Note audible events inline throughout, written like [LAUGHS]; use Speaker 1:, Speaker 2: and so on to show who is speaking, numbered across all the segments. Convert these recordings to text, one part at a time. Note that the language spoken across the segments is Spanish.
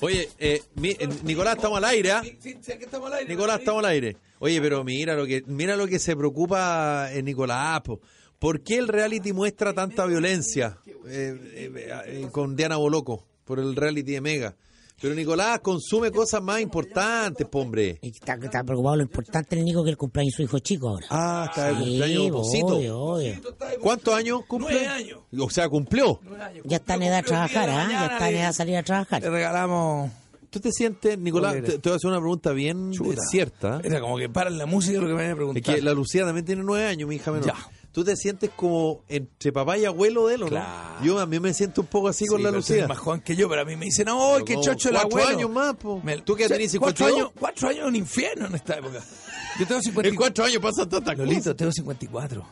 Speaker 1: Oye, eh, mi- eh, Nicolás, estamos al aire, ¿ah? Nicolás, estamos al aire. Oye, pero mira lo que mira lo que se preocupa eh, Nicolás. po. ¿Por qué el reality muestra tanta violencia Eh, eh, eh, eh, con Diana Boloco por el reality de Mega? Pero Nicolás consume cosas más importantes, po, hombre.
Speaker 2: Y está, está preocupado lo importante el Nico que el cumpleaños de su hijo chico ahora.
Speaker 1: Ah, está de cumpleaños,
Speaker 2: Sí,
Speaker 1: Bocito.
Speaker 2: obvio, obvio.
Speaker 1: ¿Cuántos años cumple?
Speaker 3: Nueve años.
Speaker 1: O sea, cumplió.
Speaker 2: Ya está en edad de trabajar, ¿ah? Ya está en edad de salir a
Speaker 3: Le
Speaker 1: Eh,
Speaker 2: trabajar.
Speaker 3: regalamos.
Speaker 1: ¿Tú te sientes, Nicolás? Te, te voy a hacer una pregunta bien
Speaker 3: Chuta.
Speaker 1: cierta. ¿eh?
Speaker 3: Era como que paran la música lo que me van a
Speaker 1: Es
Speaker 3: preguntar.
Speaker 1: que la Lucía también tiene nueve años, mi hija menor.
Speaker 3: Ya.
Speaker 1: ¿Tú te sientes como entre papá y abuelo de él o no?
Speaker 3: Claro.
Speaker 1: Yo a mí me siento un poco así
Speaker 3: Sí,
Speaker 1: con la
Speaker 3: pero tú eres
Speaker 1: Lucía.
Speaker 3: más joven que yo, pero a mí me dicen, ¡ay, qué
Speaker 1: como
Speaker 3: chocho el
Speaker 1: cuatro
Speaker 3: abuelo!
Speaker 1: años más, po.
Speaker 3: Me-
Speaker 1: ¿Tú qué
Speaker 3: o sea,
Speaker 1: tenés,
Speaker 3: cuatro
Speaker 1: 52?
Speaker 3: años, cuatro años en un infierno en esta época. Yo tengo 54.
Speaker 1: En cuatro años pasan tantas cosas.
Speaker 3: Lolito, tengo 54.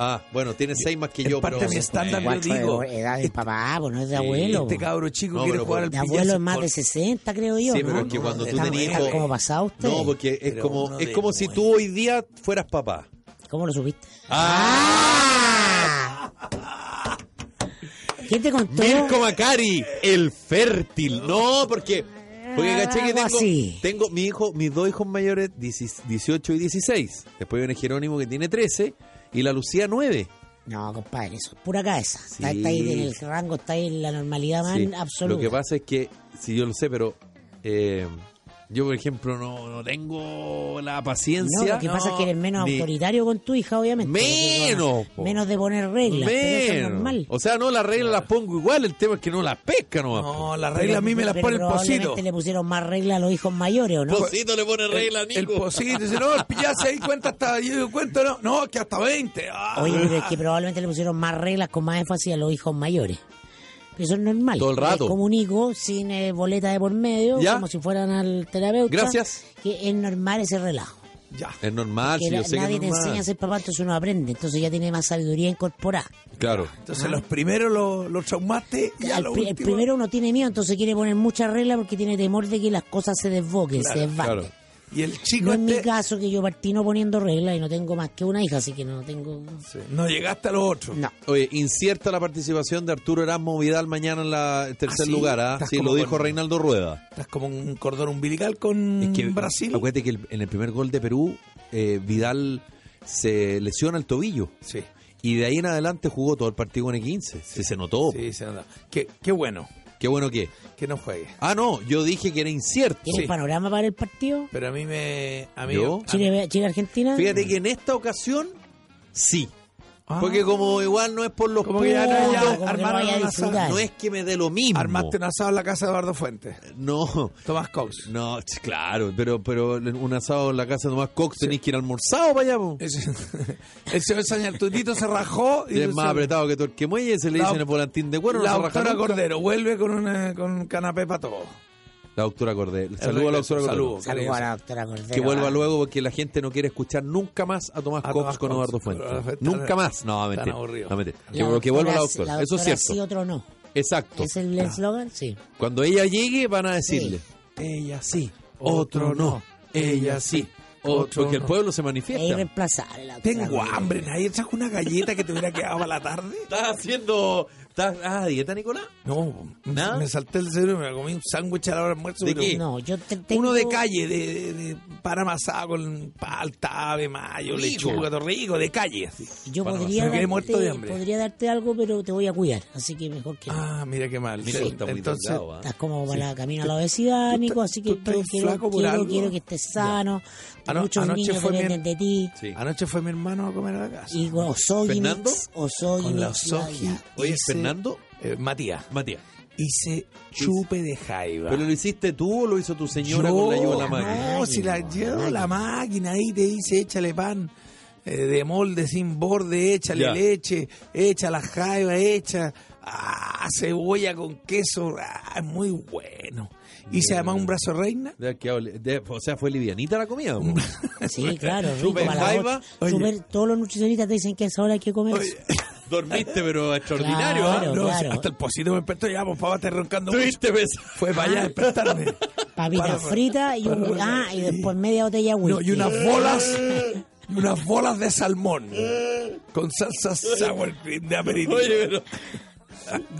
Speaker 1: Ah, bueno, tiene seis más que
Speaker 3: Es
Speaker 1: yo,
Speaker 3: parte
Speaker 1: pero...
Speaker 3: de mi estándar, yo
Speaker 2: Cuatro
Speaker 3: digo.
Speaker 2: de edad de
Speaker 3: este-
Speaker 2: papá, pues no es de abuelo.
Speaker 3: Este
Speaker 2: po.
Speaker 3: cabro chico
Speaker 1: No,
Speaker 3: quiere
Speaker 1: pero
Speaker 3: jugar al
Speaker 2: de
Speaker 3: pillazo
Speaker 2: abuelo es más de
Speaker 3: con-
Speaker 2: 60, creo yo.
Speaker 1: Sí,
Speaker 2: ¿no?
Speaker 1: pero es que cuando tú
Speaker 2: Están-
Speaker 1: tenés
Speaker 2: están
Speaker 1: hijos-
Speaker 2: como pasado usted?
Speaker 1: No, porque es
Speaker 3: Pero
Speaker 1: como,
Speaker 3: uno
Speaker 1: es
Speaker 3: de
Speaker 1: como si
Speaker 3: nueve.
Speaker 1: tú hoy día fueras papá.
Speaker 2: ¿Cómo lo supiste?
Speaker 3: Ah.
Speaker 2: ¡Ah! ¿Quién te contó?
Speaker 1: Mirko Macari, el fértil. No, porque. Porque caché que
Speaker 2: Ah, Algo
Speaker 1: tengo,
Speaker 2: así.
Speaker 1: tengo mi hijo, mis dos hijos mayores, 10 18 y 16. Después viene Jerónimo que tiene 13 y la Lucía 9.
Speaker 2: No, compadre, eso es pura cabeza.
Speaker 1: Sí.
Speaker 2: Está, está ahí en el rango, está ahí en la normalidad más
Speaker 1: Sí.
Speaker 2: absoluta.
Speaker 1: Lo que pasa es que, si yo lo sé, pero eh, yo, por ejemplo, no, no tengo la
Speaker 2: No,
Speaker 1: paciencia.
Speaker 2: lo que pasa es que eres menos
Speaker 1: ni-
Speaker 2: autoritario con tu hija, obviamente. porque, bueno,
Speaker 1: Menos, po.
Speaker 2: menos de poner reglas. Pero eso es
Speaker 1: Menos.
Speaker 2: normal.
Speaker 1: O sea, no, las reglas las pongo igual, el tema es que no las pesca nomás. po.
Speaker 3: No, las
Speaker 2: Pero-
Speaker 3: reglas a mí me las
Speaker 2: pero
Speaker 3: pone el
Speaker 2: probablemente
Speaker 3: pocito.
Speaker 2: le pusieron más reglas a los hijos mayores, ¿o no?
Speaker 1: Pocito le pone regla a
Speaker 3: El
Speaker 1: Nico.
Speaker 3: pocito dice, no, el pillazo ahí cuenta hasta, yo digo, cuento, no, no, que hasta 20. Ah.
Speaker 2: Oye, pero es que probablemente le pusieron más reglas con más énfasis a los hijos mayores. Pero eso es normal.
Speaker 1: Todo el rato.
Speaker 2: Les comunico sin eh, boleta de por medio,
Speaker 1: Ya.
Speaker 2: como si fueran al terapeuta.
Speaker 1: Gracias.
Speaker 2: Que es normal ese relajo.
Speaker 3: Ya.
Speaker 1: Es normal,
Speaker 2: que
Speaker 1: si
Speaker 2: la-
Speaker 1: yo sé que
Speaker 2: nadie
Speaker 1: es
Speaker 2: te
Speaker 1: normal.
Speaker 2: enseña a ser papá, entonces uno aprende. Entonces ya tiene más sabiduría incorporada.
Speaker 1: Claro.
Speaker 3: Entonces los primeros los, los traumaste y a
Speaker 2: Al
Speaker 3: los
Speaker 2: pri- el
Speaker 3: últimos-
Speaker 2: primero uno tiene miedo, entonces quiere poner muchas reglas porque tiene temor de que las cosas se desboquen, se desbanden.
Speaker 1: Claro.
Speaker 3: Y el
Speaker 2: No
Speaker 3: chico
Speaker 2: es mi
Speaker 3: este,
Speaker 2: caso que yo partí no poniendo reglas y no tengo más que una hija, así que no tengo...
Speaker 3: no llegaste a los otros.
Speaker 2: No.
Speaker 1: Ah. Oye, incierta la participación de Arturo Erasmo Vidal mañana en la el tercer
Speaker 3: ¿Ah, sí?
Speaker 1: lugar, ¿ah?
Speaker 3: Estás
Speaker 1: Sí,
Speaker 3: como
Speaker 1: lo dijo
Speaker 3: con-
Speaker 1: Reinaldo Rueda.
Speaker 3: Estás como un cordón umbilical con
Speaker 1: Es que
Speaker 3: Brasil.
Speaker 1: Acuérdate que el- en el primer gol de Perú, eh, Vidal se lesiona el tobillo.
Speaker 3: Sí,
Speaker 1: Y de ahí en adelante jugó todo el partido con el 15. Sí, se notó.
Speaker 3: sí, se nota. Qué, qué bueno
Speaker 1: Qué bueno que.
Speaker 3: que no juegue.
Speaker 1: Ah, no, yo dije que era incierto.
Speaker 2: ¿Tienes
Speaker 3: Sí.
Speaker 2: panorama para el partido?
Speaker 3: Pero a mí me... A mí,
Speaker 1: ¿Yo?
Speaker 3: a mí-
Speaker 2: Chile- Chile-Argentina.
Speaker 1: Fíjate que en esta ocasión, sí.
Speaker 3: Ah.
Speaker 1: Porque como igual no es por los
Speaker 3: Como que ya,
Speaker 2: no,
Speaker 3: ya
Speaker 2: como que
Speaker 3: armaron
Speaker 2: no vaya a
Speaker 3: una
Speaker 2: disfrutar.
Speaker 3: sala.
Speaker 1: no es que me dé lo mismo.
Speaker 3: Armaste un asado en la casa de Eduardo Fuentes.
Speaker 1: No,
Speaker 3: Tomás Cox.
Speaker 1: No, ch- claro, pero pero un asado en la casa de Tomás Cox tenés que ir almorzado para allá. po.
Speaker 3: Ese- [LAUGHS] el señor Sañartutito se rajó. Y
Speaker 1: Es más apretado que todo el que muelle, se le
Speaker 3: La
Speaker 1: dice en el
Speaker 3: doc-
Speaker 1: volantín de cuero. no
Speaker 3: la
Speaker 1: se raja
Speaker 3: doctora
Speaker 1: nunca.
Speaker 3: Cordero vuelve con, una, con un canapé para todos.
Speaker 1: La doctora Cordero. Saludos a la
Speaker 3: regreso,
Speaker 1: doctora Cordero.
Speaker 3: saludo.
Speaker 2: Saludos a la doctora Cordero. ¿ah?
Speaker 1: Que vuelva luego porque la gente no quiere escuchar nunca más a Tomás
Speaker 3: A
Speaker 1: Cox
Speaker 3: Tomás
Speaker 1: con
Speaker 3: Cox.
Speaker 1: Eduardo
Speaker 3: Pero,
Speaker 1: Fuentes.
Speaker 3: pero,
Speaker 1: Nunca más. No,
Speaker 3: tan
Speaker 1: mentira.
Speaker 3: aburrido.
Speaker 1: No, mentira.
Speaker 2: La
Speaker 1: Que, que vuelva la doctora. Eso
Speaker 2: la
Speaker 1: es
Speaker 2: doctora
Speaker 1: cierto.
Speaker 2: sí, otro no.
Speaker 1: Exacto.
Speaker 2: ¿Es el eslogan? Sí.
Speaker 1: Cuando ella llegue van a decirle,
Speaker 3: Ella
Speaker 1: sí, otro no, ella sí. Otro porque el
Speaker 3: no.
Speaker 1: pueblo se
Speaker 2: Es
Speaker 1: manifiesta.
Speaker 2: irreemplazable la doctora
Speaker 3: Tengo
Speaker 2: Cordero.
Speaker 3: hambre. Nadie trajo una galleta que te hubiera quedado para la tarde.
Speaker 1: ¿Estás haciendo... ¿Estás ah, dieta, Nicolás?
Speaker 3: No,
Speaker 1: ¿Nada?
Speaker 3: me salté el cerebro y me comí un sándwich a la hora del almuerzo.
Speaker 1: ¿De
Speaker 3: pero-
Speaker 1: qué?
Speaker 2: No, yo te- tengo...
Speaker 3: Uno de calle, de, de, de pan amasado con palta, de mayo,
Speaker 1: Rico.
Speaker 3: lechuga, todo rico, de calle. Así.
Speaker 2: Yo
Speaker 3: Pan
Speaker 2: podría
Speaker 3: amasado. Me quedé
Speaker 2: darte,
Speaker 3: muerto de hambre.
Speaker 2: podría darte algo, pero te voy a cuidar, así que mejor que no.
Speaker 3: Ah, mira qué mal.
Speaker 1: Mira,
Speaker 3: Sí,
Speaker 1: está muy
Speaker 3: Entonces,
Speaker 1: delgado, ¿ah?
Speaker 2: Estás como para camino a la obesidad,
Speaker 3: tú
Speaker 2: Nico,
Speaker 3: estás-
Speaker 2: así que
Speaker 3: tú estás
Speaker 2: quiero, quiero,
Speaker 3: flaco por
Speaker 2: quiero,
Speaker 3: algo.
Speaker 2: quiero que estés sano.
Speaker 3: Ano-
Speaker 2: Muchos
Speaker 3: anoche
Speaker 2: niños
Speaker 3: fue mi-
Speaker 2: dependen de ti.
Speaker 1: ah, Sí.
Speaker 3: Anoche fue mi hermano a comer a la casa.
Speaker 2: Y
Speaker 1: ¿Fernando?
Speaker 2: con Osoginix,
Speaker 3: con la
Speaker 2: Osoginix,
Speaker 3: soji.
Speaker 2: ya,
Speaker 1: Oye,
Speaker 3: hice-
Speaker 1: Fernando,
Speaker 3: eh, Matías.
Speaker 1: Matías.
Speaker 3: Hice chupe de jaiba.
Speaker 1: ¿Pero lo hiciste tú o lo hizo tu señora
Speaker 3: Yo-
Speaker 1: con la ayuda de la
Speaker 2: madre?
Speaker 1: madre?
Speaker 3: No, si la
Speaker 2: Máquina,
Speaker 3: llevo la máquina ahí te dice échale pan. eh, de molde sin borde, échale
Speaker 1: Ya.
Speaker 3: leche, echa la jaiba, echa ah, cebolla con queso, ah, es muy bueno. Hice además un brazo de reina.
Speaker 1: De aquí a ole- de- o sea, fue livianita la comida.
Speaker 3: Mm.
Speaker 1: po.
Speaker 3: [LAUGHS]
Speaker 2: Sí, claro, rico
Speaker 1: Chupa en
Speaker 2: para la
Speaker 1: jaiba.
Speaker 2: ocho. Súper- todos los nutricionistas te dicen que a esa hora hay que comer. eso.
Speaker 1: [LAUGHS] Dormiste, pero extraordinario. ¿ah?
Speaker 2: Claro,
Speaker 3: No,
Speaker 2: claro.
Speaker 3: Hasta el pocito me despertó, ya, por favor, estoy roncando mucho.
Speaker 1: Tuviste pesa-
Speaker 3: Fue para allá a
Speaker 1: [LAUGHS]
Speaker 3: despertarme. Para-
Speaker 2: Papitas fritas y un-
Speaker 3: para-
Speaker 2: ah, y después media botella de
Speaker 3: No,
Speaker 2: whisky.
Speaker 3: y unas bolas, y unas bolas de salmón con salsa sour cream de aperitivo.
Speaker 1: Oye, pero.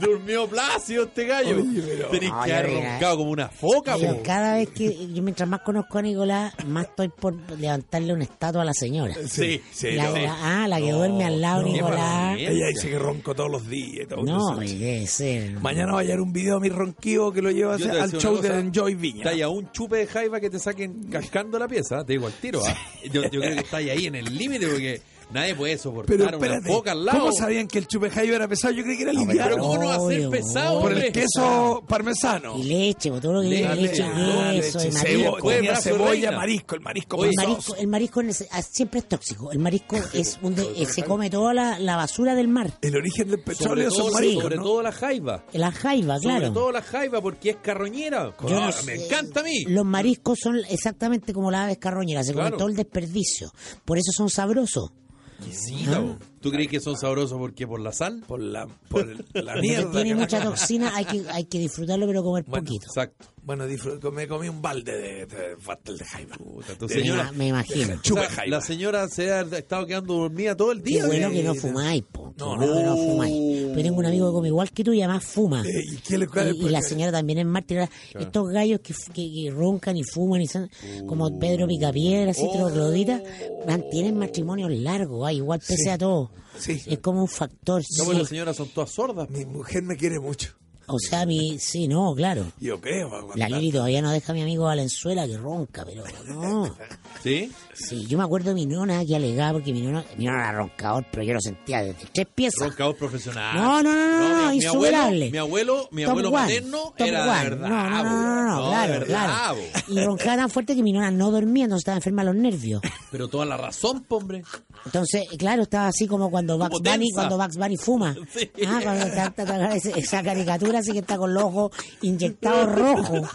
Speaker 1: Durmió plácido este gallo.
Speaker 3: Oye, pero-
Speaker 1: Tenés que
Speaker 2: Oye,
Speaker 1: haber
Speaker 2: mira.
Speaker 1: roncado como una foca,
Speaker 2: Yo
Speaker 1: po.
Speaker 2: cada vez que, yo mientras más conozco a Nicolás, más estoy por levantarle una estatua a la señora.
Speaker 1: Sí, sí,
Speaker 2: la,
Speaker 1: no.
Speaker 2: la- ah, la que
Speaker 1: No,
Speaker 2: duerme al lado,
Speaker 1: no,
Speaker 2: Nicolás.
Speaker 1: qué
Speaker 3: Ella dice que ronco todos los días. y todo
Speaker 2: No,
Speaker 3: eso.
Speaker 2: debe ser.
Speaker 3: Mañana va a llegar un video de mi ronquido que lo lleva
Speaker 1: Yo te voy a
Speaker 3: al
Speaker 1: decir
Speaker 3: show
Speaker 1: una cosa,
Speaker 3: de Enjoy Viña.
Speaker 1: Está ahí a un chupe de jaiba que te saquen cascando la pieza, te digo al tiro. ¿ah? Yo, yo creo que está ahí en el límite porque nadie puede soportar
Speaker 3: Pero
Speaker 1: una
Speaker 3: espérate,
Speaker 1: foca al lado.
Speaker 3: ¿cómo sabían que el chupejaiba era pesado? Yo creí que era liviano.
Speaker 1: Pero cómo no va a ser
Speaker 2: Obvio,
Speaker 1: pesado,
Speaker 2: obvio.
Speaker 3: Por el
Speaker 1: hombre?
Speaker 3: queso parmesano.
Speaker 2: Y leche, po, todo lo que
Speaker 1: Leche,
Speaker 2: lleva leche,
Speaker 1: ah,
Speaker 2: queso,
Speaker 1: leche,
Speaker 2: y
Speaker 1: cebolla,
Speaker 2: marisco.
Speaker 3: cebo-
Speaker 1: Fue
Speaker 3: tenía
Speaker 1: brazo de
Speaker 3: cebolla,
Speaker 1: reina.
Speaker 3: marisco, el marisco
Speaker 1: Oye,
Speaker 2: El
Speaker 3: pesado.
Speaker 2: marisco, el marisco en ese- ah, siempre es tóxico.
Speaker 1: [LAUGHS]
Speaker 2: El marisco es un de- eh, se come toda la, la basura del mar.
Speaker 3: El origen del
Speaker 1: Sobre,
Speaker 3: petróleo
Speaker 1: todo,
Speaker 3: son mariscos,
Speaker 1: sobre
Speaker 3: ¿no?
Speaker 1: todo la jaiba.
Speaker 2: La jaiba,
Speaker 1: Sobre
Speaker 2: claro.
Speaker 1: todo la jaiba porque es carroñera.
Speaker 2: Yo
Speaker 1: Ah,
Speaker 2: no sé.
Speaker 1: me encanta a mí.
Speaker 2: Los mariscos son exactamente como las aves carroñeras, se
Speaker 1: Claro.
Speaker 2: comen todo el desperdicio. Por eso son sabrosos.
Speaker 1: Exquisita, po. ¿Tú crees que son sabrosos porque por la sal?
Speaker 3: Por la, por el- la
Speaker 2: Porque
Speaker 3: mierda.
Speaker 2: tiene
Speaker 3: que
Speaker 2: mucha
Speaker 3: me-
Speaker 2: toxina, hay que, hay que disfrutarlo, pero comer
Speaker 3: Bueno,
Speaker 2: poquito.
Speaker 1: Exacto.
Speaker 3: Bueno, disfruto, me comí un balde de, de pastel de jaiba.
Speaker 1: tu
Speaker 3: De-
Speaker 2: Me,
Speaker 1: señora-
Speaker 2: ima- me imagino.
Speaker 3: Chupa
Speaker 1: O sea,
Speaker 3: jaiba.
Speaker 1: la señora se ha estado quedando dormida todo el
Speaker 2: Qué
Speaker 1: día.
Speaker 2: bueno
Speaker 1: eh.
Speaker 2: que no fumáis, po. Qué
Speaker 3: No,
Speaker 2: bueno que no
Speaker 1: no.
Speaker 2: fumáis. Yo tengo un amigo que come igual que tú y además fuma.
Speaker 3: Eh, ¿y qué le-
Speaker 2: Y,
Speaker 3: [LAUGHS] cuál es- Ah.
Speaker 2: y la señora también es mártir. Ahora, Estos gallos que, f- que- que roncan y fuman, y son, como Pedro Picapiedra, así,
Speaker 3: Oh.
Speaker 2: troglodita, mantienen matrimonios largos, ah, igual pese a todo.
Speaker 3: Sí.
Speaker 2: Es como un factor.
Speaker 1: No,
Speaker 2: sí.
Speaker 1: pues las señoras son todas sordas.
Speaker 3: Mi mujer me quiere mucho.
Speaker 2: O sea, mi, sí, no, claro.
Speaker 3: Yo creo, va
Speaker 2: La
Speaker 3: a aguantar.
Speaker 2: Lili todavía no deja a mi amigo Valenzuela que ronca, pero no.
Speaker 1: ¿Sí?
Speaker 2: Sí, yo me acuerdo de mi nona que alegaba porque mi nona, mi nona era roncador, pero yo lo sentía desde tres piezas.
Speaker 1: Roncador profesional.
Speaker 2: No, no, no, no,
Speaker 1: Ah, mi, mi abuelo,
Speaker 2: insuperable.
Speaker 1: mi abuelo, mi
Speaker 2: Top
Speaker 1: abuelo
Speaker 2: one,
Speaker 1: materno
Speaker 2: top
Speaker 1: era
Speaker 2: one.
Speaker 1: de verdad.
Speaker 2: No, no, no, no, no,
Speaker 1: bo. de
Speaker 2: claro,
Speaker 1: verdad,
Speaker 2: claro.
Speaker 1: bo.
Speaker 2: Y
Speaker 1: [LAUGHS]
Speaker 2: roncaba tan fuerte que mi nona no dormía, entonces estaba enferma de los nervios.
Speaker 1: Pero toda la razón, po, hombre.
Speaker 2: Entonces, claro, estaba así como cuando Bugs
Speaker 1: Como
Speaker 2: Bunny,
Speaker 1: tensa.
Speaker 2: cuando Bugs Bunny fuma.
Speaker 1: Sí.
Speaker 2: Ah, cuando está- está- está- esa- esa caricatura así que está con los ojos inyectados rojos.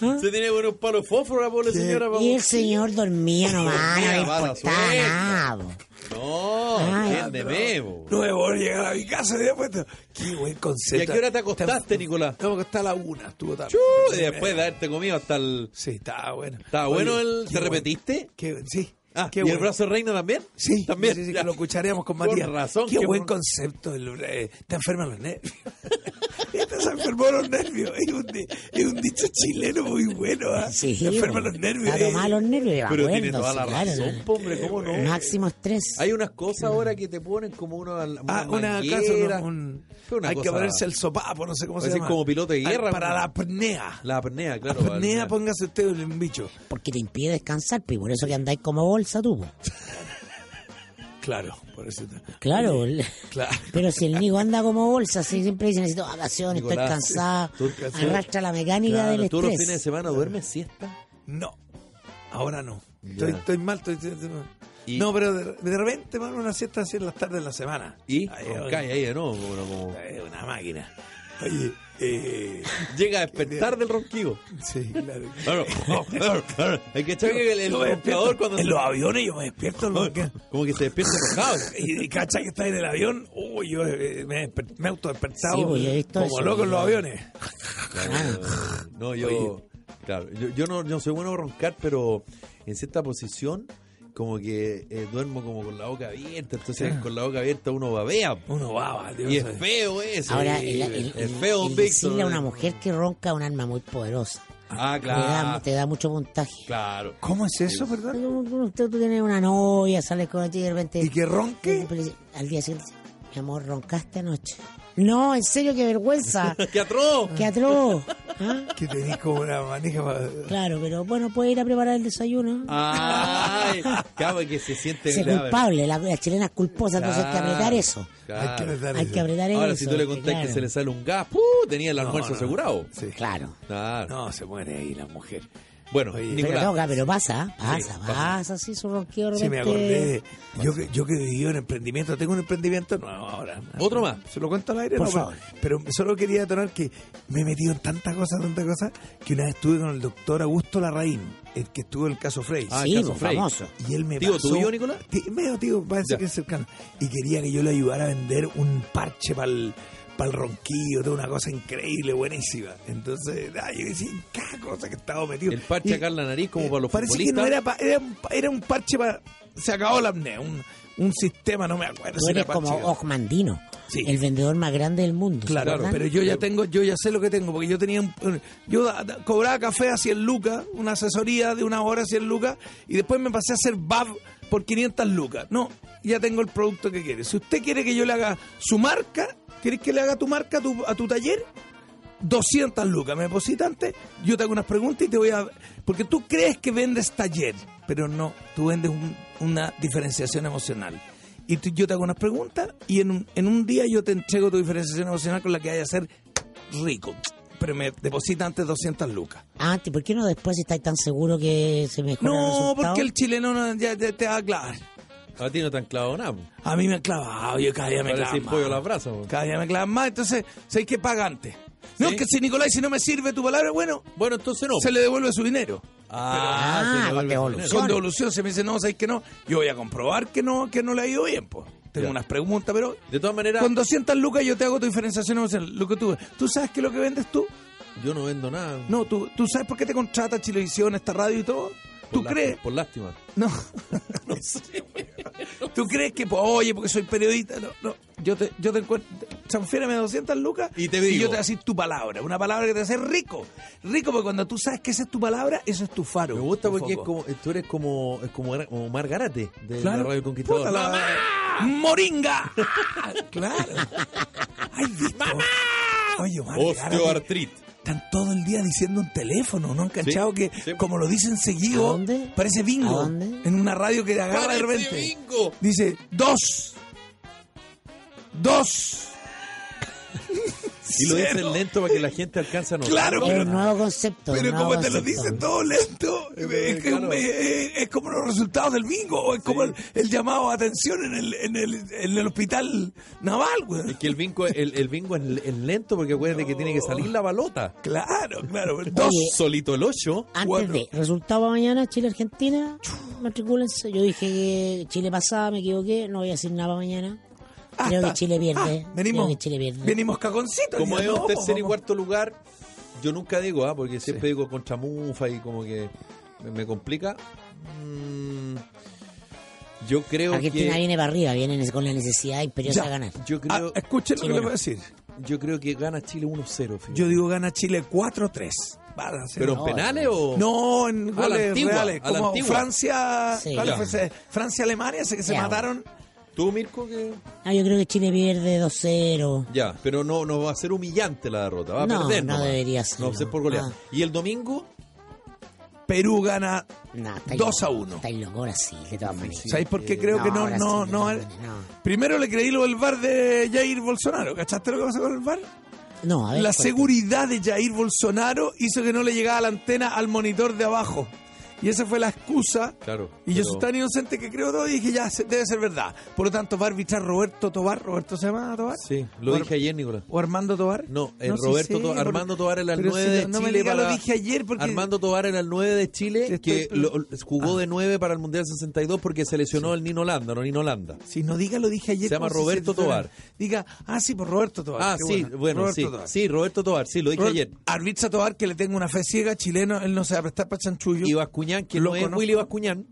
Speaker 2: ¿Ah?
Speaker 1: Se tiene que poner un palo de fósforo la pobre señora. pa-
Speaker 2: Y el señor dormía nomás, no le
Speaker 1: Dormía, mala
Speaker 2: importaba
Speaker 1: suerte.
Speaker 2: nada. po.
Speaker 1: No,
Speaker 2: Ay.
Speaker 1: entiéndeme, bo.
Speaker 3: No me voy a llegar a mi casa de puesto. Qué buen
Speaker 1: ¿Y a
Speaker 3: concepto.
Speaker 1: qué hora te acostaste, Nicolás?
Speaker 3: No, porque está a la una, estuvo tarde.
Speaker 1: Chu, y después de haberte comido hasta el...
Speaker 3: Sí, estaba bueno.
Speaker 1: ¿Estaba bueno el...
Speaker 3: qué
Speaker 1: ¿Te
Speaker 3: bueno.
Speaker 1: repetiste?
Speaker 3: Qué, sí.
Speaker 1: Ah,
Speaker 3: qué
Speaker 1: ¿y
Speaker 3: bueno.
Speaker 1: el brazo de reina también?
Speaker 3: Sí,
Speaker 1: También.
Speaker 3: sí, sí,
Speaker 1: ya.
Speaker 3: que lo escucharemos con
Speaker 1: Con
Speaker 3: Matías.
Speaker 1: razón,
Speaker 3: Qué,
Speaker 1: qué
Speaker 3: buen
Speaker 1: bueno.
Speaker 3: concepto. el- eh, te enferman los nervios. [LAUGHS] Este se enfermó los nervios. Es un, di- es un dicho chileno muy bueno. ¿ah?
Speaker 2: Sí,
Speaker 3: te enferman
Speaker 2: po.
Speaker 3: los nervios.
Speaker 2: Está tomado los nervios, yo me
Speaker 1: Pero tiene
Speaker 2: acuerdo,
Speaker 1: toda
Speaker 2: sí,
Speaker 1: la
Speaker 2: claro,
Speaker 1: razón,
Speaker 2: no.
Speaker 1: po, hombre, ¿cómo no?
Speaker 2: Máximo estrés.
Speaker 1: Hay unas cosas ahora que te ponen como una,
Speaker 3: Ah, una casa,
Speaker 1: manguera.
Speaker 3: no, un-
Speaker 1: Pero una
Speaker 3: hay que
Speaker 1: cosa-
Speaker 3: ponerse el sopapo, no sé cómo se
Speaker 1: Parece
Speaker 3: llama.
Speaker 1: como piloto de
Speaker 3: Ah,
Speaker 1: guerra,
Speaker 3: Para
Speaker 1: ¿no?
Speaker 3: la apnea.
Speaker 1: La apnea, claro.
Speaker 3: apnea,
Speaker 1: al-
Speaker 3: póngase usted un bicho.
Speaker 2: Porque te impide descansar, pues, y por eso que andáis como bolsa tú. pues. po.
Speaker 3: Claro, por eso. está-
Speaker 2: Claro.
Speaker 1: [LAUGHS]
Speaker 3: Claro.
Speaker 2: Pero si el Nico anda como bolsa, si siempre dice necesito vacaciones, estoy
Speaker 1: Nicolás,
Speaker 2: cansado,
Speaker 1: tú- tú-
Speaker 2: arrastra la mecánica
Speaker 1: Claro,
Speaker 2: del
Speaker 1: ¿Tú los fines de
Speaker 2: estrés.
Speaker 1: semana duermes siesta?
Speaker 3: No, ahora no.
Speaker 1: Ya.
Speaker 3: Estoy, estoy mal, estoy, estoy- estoy mal.
Speaker 1: Y-
Speaker 3: No, pero de, de repente me hago una siesta así en las tardes de la semana.
Speaker 1: Y
Speaker 3: Ay,
Speaker 1: cae ahí de nuevo. como- como-
Speaker 3: ay, una máquina. Oye, eh,
Speaker 1: Llega a despertar del ronquido.
Speaker 3: sí, claro.
Speaker 1: [LAUGHS] Claro, claro, claro. Hay que echar que el, el
Speaker 3: Yo me
Speaker 1: roncador
Speaker 3: despierto-
Speaker 1: cuando
Speaker 3: en
Speaker 1: se-
Speaker 3: los aviones yo me despierto en los-
Speaker 1: Como que se despierta
Speaker 3: [LAUGHS]
Speaker 1: enojado.
Speaker 3: y, y cacha que está en el avión, uy, yo eh, me, he desper- me he autodespertado
Speaker 2: Sí, pues, yo he visto
Speaker 3: como
Speaker 2: eso,
Speaker 3: loco en los
Speaker 2: yo-
Speaker 3: aviones.
Speaker 1: Claro, no, yo, claro, yo, yo no, yo soy bueno para roncar, pero en cierta posición como que eh, duermo como con la boca abierta,
Speaker 3: Ah.
Speaker 1: entonces con la boca abierta uno babea. po.
Speaker 3: Uno va, Dios
Speaker 1: Y es
Speaker 3: sabe.
Speaker 1: feo eso.
Speaker 2: Ahora,
Speaker 1: Sí,
Speaker 2: el, el-
Speaker 1: es
Speaker 2: el-
Speaker 1: feo,
Speaker 2: el
Speaker 1: Víctor.
Speaker 2: decirle a una mujer que ronca es un arma muy poderosa.
Speaker 1: Ah,
Speaker 2: Te da,
Speaker 1: claro.
Speaker 2: te da mucho puntaje.
Speaker 1: Claro.
Speaker 3: ¿Cómo es eso, verdad?
Speaker 2: Tú, tú- tú tienes una novia, sales con ella y de repente...
Speaker 3: ¿Y que ronque?
Speaker 2: Pero dice, Al día siguiente, dice, mi amor, roncaste anoche. No, en serio,
Speaker 1: [LAUGHS]
Speaker 2: qué vergüenza.
Speaker 1: ¡Qué atroz!
Speaker 2: qué atroz. ¿Ah?
Speaker 3: Que tenés como una manija para...
Speaker 2: Claro, pero bueno, puede ir a preparar el desayuno.
Speaker 3: Ah,
Speaker 1: Ay, cabrón, que se siente
Speaker 2: Sé
Speaker 1: grave.
Speaker 2: culpable, la, la chilena es culposa, entonces hay que
Speaker 1: Claro,
Speaker 2: apretar eso.
Speaker 1: claro.
Speaker 3: Hay que apretar
Speaker 2: Hay
Speaker 3: eso.
Speaker 2: que apretar
Speaker 1: Ahora,
Speaker 2: eso.
Speaker 1: si tú le
Speaker 2: porque,
Speaker 1: contás
Speaker 2: claro,
Speaker 1: que se le sale un gas, ¡puh! tenía el almuerzo
Speaker 3: no.
Speaker 1: asegurado.
Speaker 3: Sí.
Speaker 2: Claro.
Speaker 1: Claro.
Speaker 3: No, se muere ahí la mujer.
Speaker 1: Bueno,
Speaker 3: Oye,
Speaker 1: Nicolás.
Speaker 2: Pero no, pero pasa, pasa,
Speaker 1: Sí, pasa.
Speaker 2: pasa, sí, su ronquido de
Speaker 3: Sí, me
Speaker 2: repente.
Speaker 3: acordé. Yo, que- yo que viví en emprendimiento, tengo un emprendimiento nuevo ahora.
Speaker 1: ¿Otro más?
Speaker 3: ¿Se lo cuento al aire?
Speaker 2: Por
Speaker 3: No, pero-
Speaker 2: favor.
Speaker 3: Pero, solo quería detonar que me he metido en tantas cosas, tantas cosas, que una vez estuve con el doctor Augusto Larraín, el que estuvo en el caso Frey.
Speaker 1: Ah,
Speaker 2: Sí,
Speaker 1: el caso
Speaker 2: pues,
Speaker 1: Frey.
Speaker 2: famoso.
Speaker 3: Y él me
Speaker 1: ¿Tío
Speaker 3: pasó...
Speaker 1: tuyo, Nicolás?
Speaker 3: Ti- medio tío, parece
Speaker 1: Ya.
Speaker 3: que es cercano. Y quería que yo le ayudara a vender un parche para el ronquillo, toda una cosa increíble, buenísima. Entonces, ah, yo decía, cada cosa que estaba metido.
Speaker 1: El parche
Speaker 3: Y-
Speaker 1: acá en la nariz como
Speaker 3: eh,
Speaker 1: para los
Speaker 3: Parece que
Speaker 1: futbolistas.
Speaker 3: no era, pa- era, un- era un parche para... Se acabó la apnea, un, un sistema, no me acuerdo.
Speaker 2: Tú
Speaker 3: si
Speaker 2: eres
Speaker 3: era parche.
Speaker 2: como Ogmandino,
Speaker 3: Sí.
Speaker 2: el vendedor más grande del mundo. ¿se
Speaker 3: Claro,
Speaker 2: acuerdan?
Speaker 3: pero yo ya tengo, yo ya sé lo que tengo, porque yo tenía un, un- yo da- da- cobraba café a 100 lucas, una asesoría de una hora a 100 lucas, y después me pasé a hacer BAB por 500 lucas. No, ya tengo el producto que quiere. Si usted quiere que yo le haga su marca, ¿querés que le haga tu marca a tu, a tu taller? 200 lucas, me deposita antes, yo te hago unas preguntas y te voy a... Porque tú crees que vendes taller, pero no, tú vendes un- una diferenciación emocional. Y tú- yo te hago unas preguntas y en un, en un día yo te entrego tu diferenciación emocional con la que vayas a ser rico. Pero me deposita antes 200 lucas.
Speaker 2: Antes, Ah, ¿por qué no después si estáis tan seguro que se mejora el
Speaker 3: No,
Speaker 2: resultado?
Speaker 3: porque el chileno no- ya te, te va a clavar.
Speaker 1: A ti no te han clavado nada. po.
Speaker 3: A mí me han clavado, yo cada día me
Speaker 1: Parecís
Speaker 3: clavan más.
Speaker 1: pollo a las brasas, po.
Speaker 3: Cada día me clavan más, entonces, ¿sabes qué? Paga antes. No,
Speaker 1: ¿Sí?
Speaker 3: que si Nicolás, si no me sirve tu palabra, bueno,
Speaker 1: Bueno, entonces no.
Speaker 3: se le devuelve su dinero.
Speaker 2: Ah,
Speaker 1: se le
Speaker 2: con
Speaker 1: vuelve a
Speaker 2: devolución.
Speaker 1: tener.
Speaker 3: Son devoluciones, se me dice, no, ¿sabes que no? Yo voy a comprobar que no, que no le ha ido bien, pues. Tengo
Speaker 1: Ya.
Speaker 3: unas preguntas, pero
Speaker 1: De todas maneras,
Speaker 3: con 200 lucas yo te hago tu diferenciación emocional. Lo que tú, ¿tú sabes que lo que vendes tú?
Speaker 1: yo no vendo nada.
Speaker 3: No, tú, ¿tú sabes por qué te contrata Chilevisión, esta radio y todo?
Speaker 1: Por
Speaker 3: ¿Tú
Speaker 1: lá-
Speaker 3: crees?
Speaker 1: Por lástima.
Speaker 3: No. [LAUGHS] ¿Tú crees que, pues, oye, porque soy periodista? No, no. Yo te, yo te encuentro. Transfiérame 200 lucas
Speaker 1: Y te digo.
Speaker 3: yo te voy a decir tu palabra. Una palabra que te hace rico. Rico, porque cuando tú sabes que esa es tu palabra, eso es tu faro.
Speaker 1: Me gusta
Speaker 3: tu
Speaker 1: porque es
Speaker 3: foco.
Speaker 1: como, tú eres como, es como Mar- como Margarate de la
Speaker 3: Claro.
Speaker 1: Radio Conquistador.
Speaker 3: Puta la- ¡Moringa! [LAUGHS] claro. Ay, ¡Mamá! Oye, Omar, Garate,
Speaker 1: Osteoartritis.
Speaker 3: Están todo el día diciendo un teléfono, ¿no han cachado? que,
Speaker 1: sí.
Speaker 3: como lo dicen seguido,
Speaker 2: ¿A dónde?
Speaker 3: parece bingo.
Speaker 2: ¿A dónde?
Speaker 3: En una radio que agarra de
Speaker 1: Parece
Speaker 3: repente.
Speaker 1: bingo.
Speaker 3: Dice, [LAUGHS] dos. Dos.
Speaker 1: Y lo
Speaker 3: Cero.
Speaker 1: dicen lento para que la gente alcance a notar.
Speaker 3: Claro,
Speaker 2: Es
Speaker 3: pero-
Speaker 2: un nuevo concepto.
Speaker 3: Pero
Speaker 2: un nuevo
Speaker 3: como te lo
Speaker 2: concepto.
Speaker 3: dicen todo lento, es, que es un-
Speaker 1: claro.
Speaker 3: es- es como los resultados del bingo, o es como el, el llamado a atención en el, en el, en el hospital naval, güey.
Speaker 1: Es que el bingo, el, el bingo es, es lento porque acuérdate que tiene que salir la balota. Ah,
Speaker 3: Claro,
Speaker 2: [LAUGHS]
Speaker 3: claro. Dos.
Speaker 1: Dos solito el ocho.
Speaker 2: Antes
Speaker 3: Cuatro.
Speaker 2: de, resultado mañana, Chile-Argentina, matricúlense. Yo dije que Chile pasaba, me equivoqué, no voy a decir nada para mañana. Creo
Speaker 3: Hasta-
Speaker 2: que Chile pierde.
Speaker 3: Ah,
Speaker 2: Creo
Speaker 3: venimos,
Speaker 2: que Chile pierde.
Speaker 3: venimos cagoncitos.
Speaker 1: Como
Speaker 3: ya,
Speaker 1: es
Speaker 3: no,
Speaker 1: un tercer y
Speaker 3: vamos.
Speaker 1: cuarto lugar, yo nunca digo, ah, porque siempre digo contra Mufa y como que me, me complica. Mm, yo creo
Speaker 2: Argentina
Speaker 1: que.
Speaker 2: viene para arriba, viene con la necesidad imperiosa
Speaker 3: Ya.
Speaker 2: de ganar.
Speaker 1: Yo
Speaker 3: Ah,
Speaker 1: creo,
Speaker 3: escuchen lo que
Speaker 2: Chile
Speaker 3: le
Speaker 2: no.
Speaker 3: voy a decir.
Speaker 1: yo creo que gana Chile 1-0. fíjate.
Speaker 3: Yo digo gana Chile 4-3. Van a ser-
Speaker 1: ¿Pero en
Speaker 2: No,
Speaker 1: penales
Speaker 2: no.
Speaker 1: o.?
Speaker 3: Este No, en
Speaker 1: A la
Speaker 3: goles
Speaker 1: antigua,
Speaker 3: reales.
Speaker 1: a la
Speaker 3: Como
Speaker 1: antigua.
Speaker 3: Francia,
Speaker 2: Sí.
Speaker 3: ¿cuál
Speaker 1: Ya.
Speaker 3: fue ese? Francia, Alemania, sé que se
Speaker 2: Ya.
Speaker 3: mataron.
Speaker 1: ¿Tú, Mirko? Que...
Speaker 2: Ah, yo creo que Chile pierde 2-0.
Speaker 1: Ya, pero no, no va a ser humillante la derrota. Va a
Speaker 2: No,
Speaker 1: perder.
Speaker 2: no
Speaker 1: nomás.
Speaker 2: debería ser,
Speaker 1: No va a ser por
Speaker 2: no.
Speaker 1: goleada.
Speaker 2: Ah.
Speaker 1: ¿Y el domingo?
Speaker 3: Perú gana
Speaker 2: Nah, estáis
Speaker 3: 2 a
Speaker 2: loco.
Speaker 3: 1.
Speaker 2: Estáis loco ahora sí, de todas maneras.
Speaker 3: ¿Sabéis por qué creo
Speaker 2: No,
Speaker 3: que no,
Speaker 2: ahora
Speaker 3: no,
Speaker 2: sí,
Speaker 3: no,
Speaker 2: no, no.
Speaker 3: Primero le creí lo del bar de Jair Bolsonaro. ¿Cachaste lo que pasó con el bar?
Speaker 2: No, a ver.
Speaker 3: La
Speaker 2: cuenta.
Speaker 3: seguridad de Jair Bolsonaro hizo que no le llegaba la antena al monitor de abajo. Y esa fue la excusa.
Speaker 1: Claro,
Speaker 3: Y yo
Speaker 1: pero-
Speaker 3: soy tan inocente que creo todo y dije, ya, se- debe ser verdad. Por lo tanto, va a arbitrar Roberto Tobar. ¿Roberto se llama Tobar?
Speaker 1: Sí, lo
Speaker 3: O
Speaker 1: dije
Speaker 3: Ar-
Speaker 1: ayer, Nicolás.
Speaker 3: ¿O Armando Tobar?
Speaker 1: No, el
Speaker 3: sí
Speaker 1: Roberto
Speaker 3: sé,
Speaker 1: To-
Speaker 3: por-
Speaker 1: Armando Tobar era el
Speaker 3: Pero
Speaker 1: 9
Speaker 3: si
Speaker 1: de
Speaker 3: no- no me
Speaker 1: Chile.
Speaker 3: diga,
Speaker 1: para-
Speaker 3: lo dije ayer porque...
Speaker 1: Armando Tobar era el 9 de Chile
Speaker 3: Sí, estoy- Ah.
Speaker 1: que lo- jugó de 9 para el Mundial 62 porque se lesionó el Nino Landa, no Nino Landa.
Speaker 3: Si no diga, lo dije ayer.
Speaker 1: Se llama
Speaker 3: como si
Speaker 1: Roberto
Speaker 3: fuera-
Speaker 1: Tobar.
Speaker 3: Diga, ah, sí, por Roberto Tobar.
Speaker 1: Ah,
Speaker 3: qué
Speaker 1: sí, bueno,
Speaker 3: Roberto
Speaker 1: sí.
Speaker 3: Tobar.
Speaker 1: Sí, Roberto Tobar, sí, lo dije
Speaker 3: Robert-
Speaker 1: ayer.
Speaker 3: Arbitra Tobar, que le tengo una fe ciega, chileno, él no se va a prestar para chanchullo.
Speaker 1: Y Bascuñán, que
Speaker 3: Lo
Speaker 1: no es
Speaker 3: conozco.
Speaker 1: Willy Bascuñán.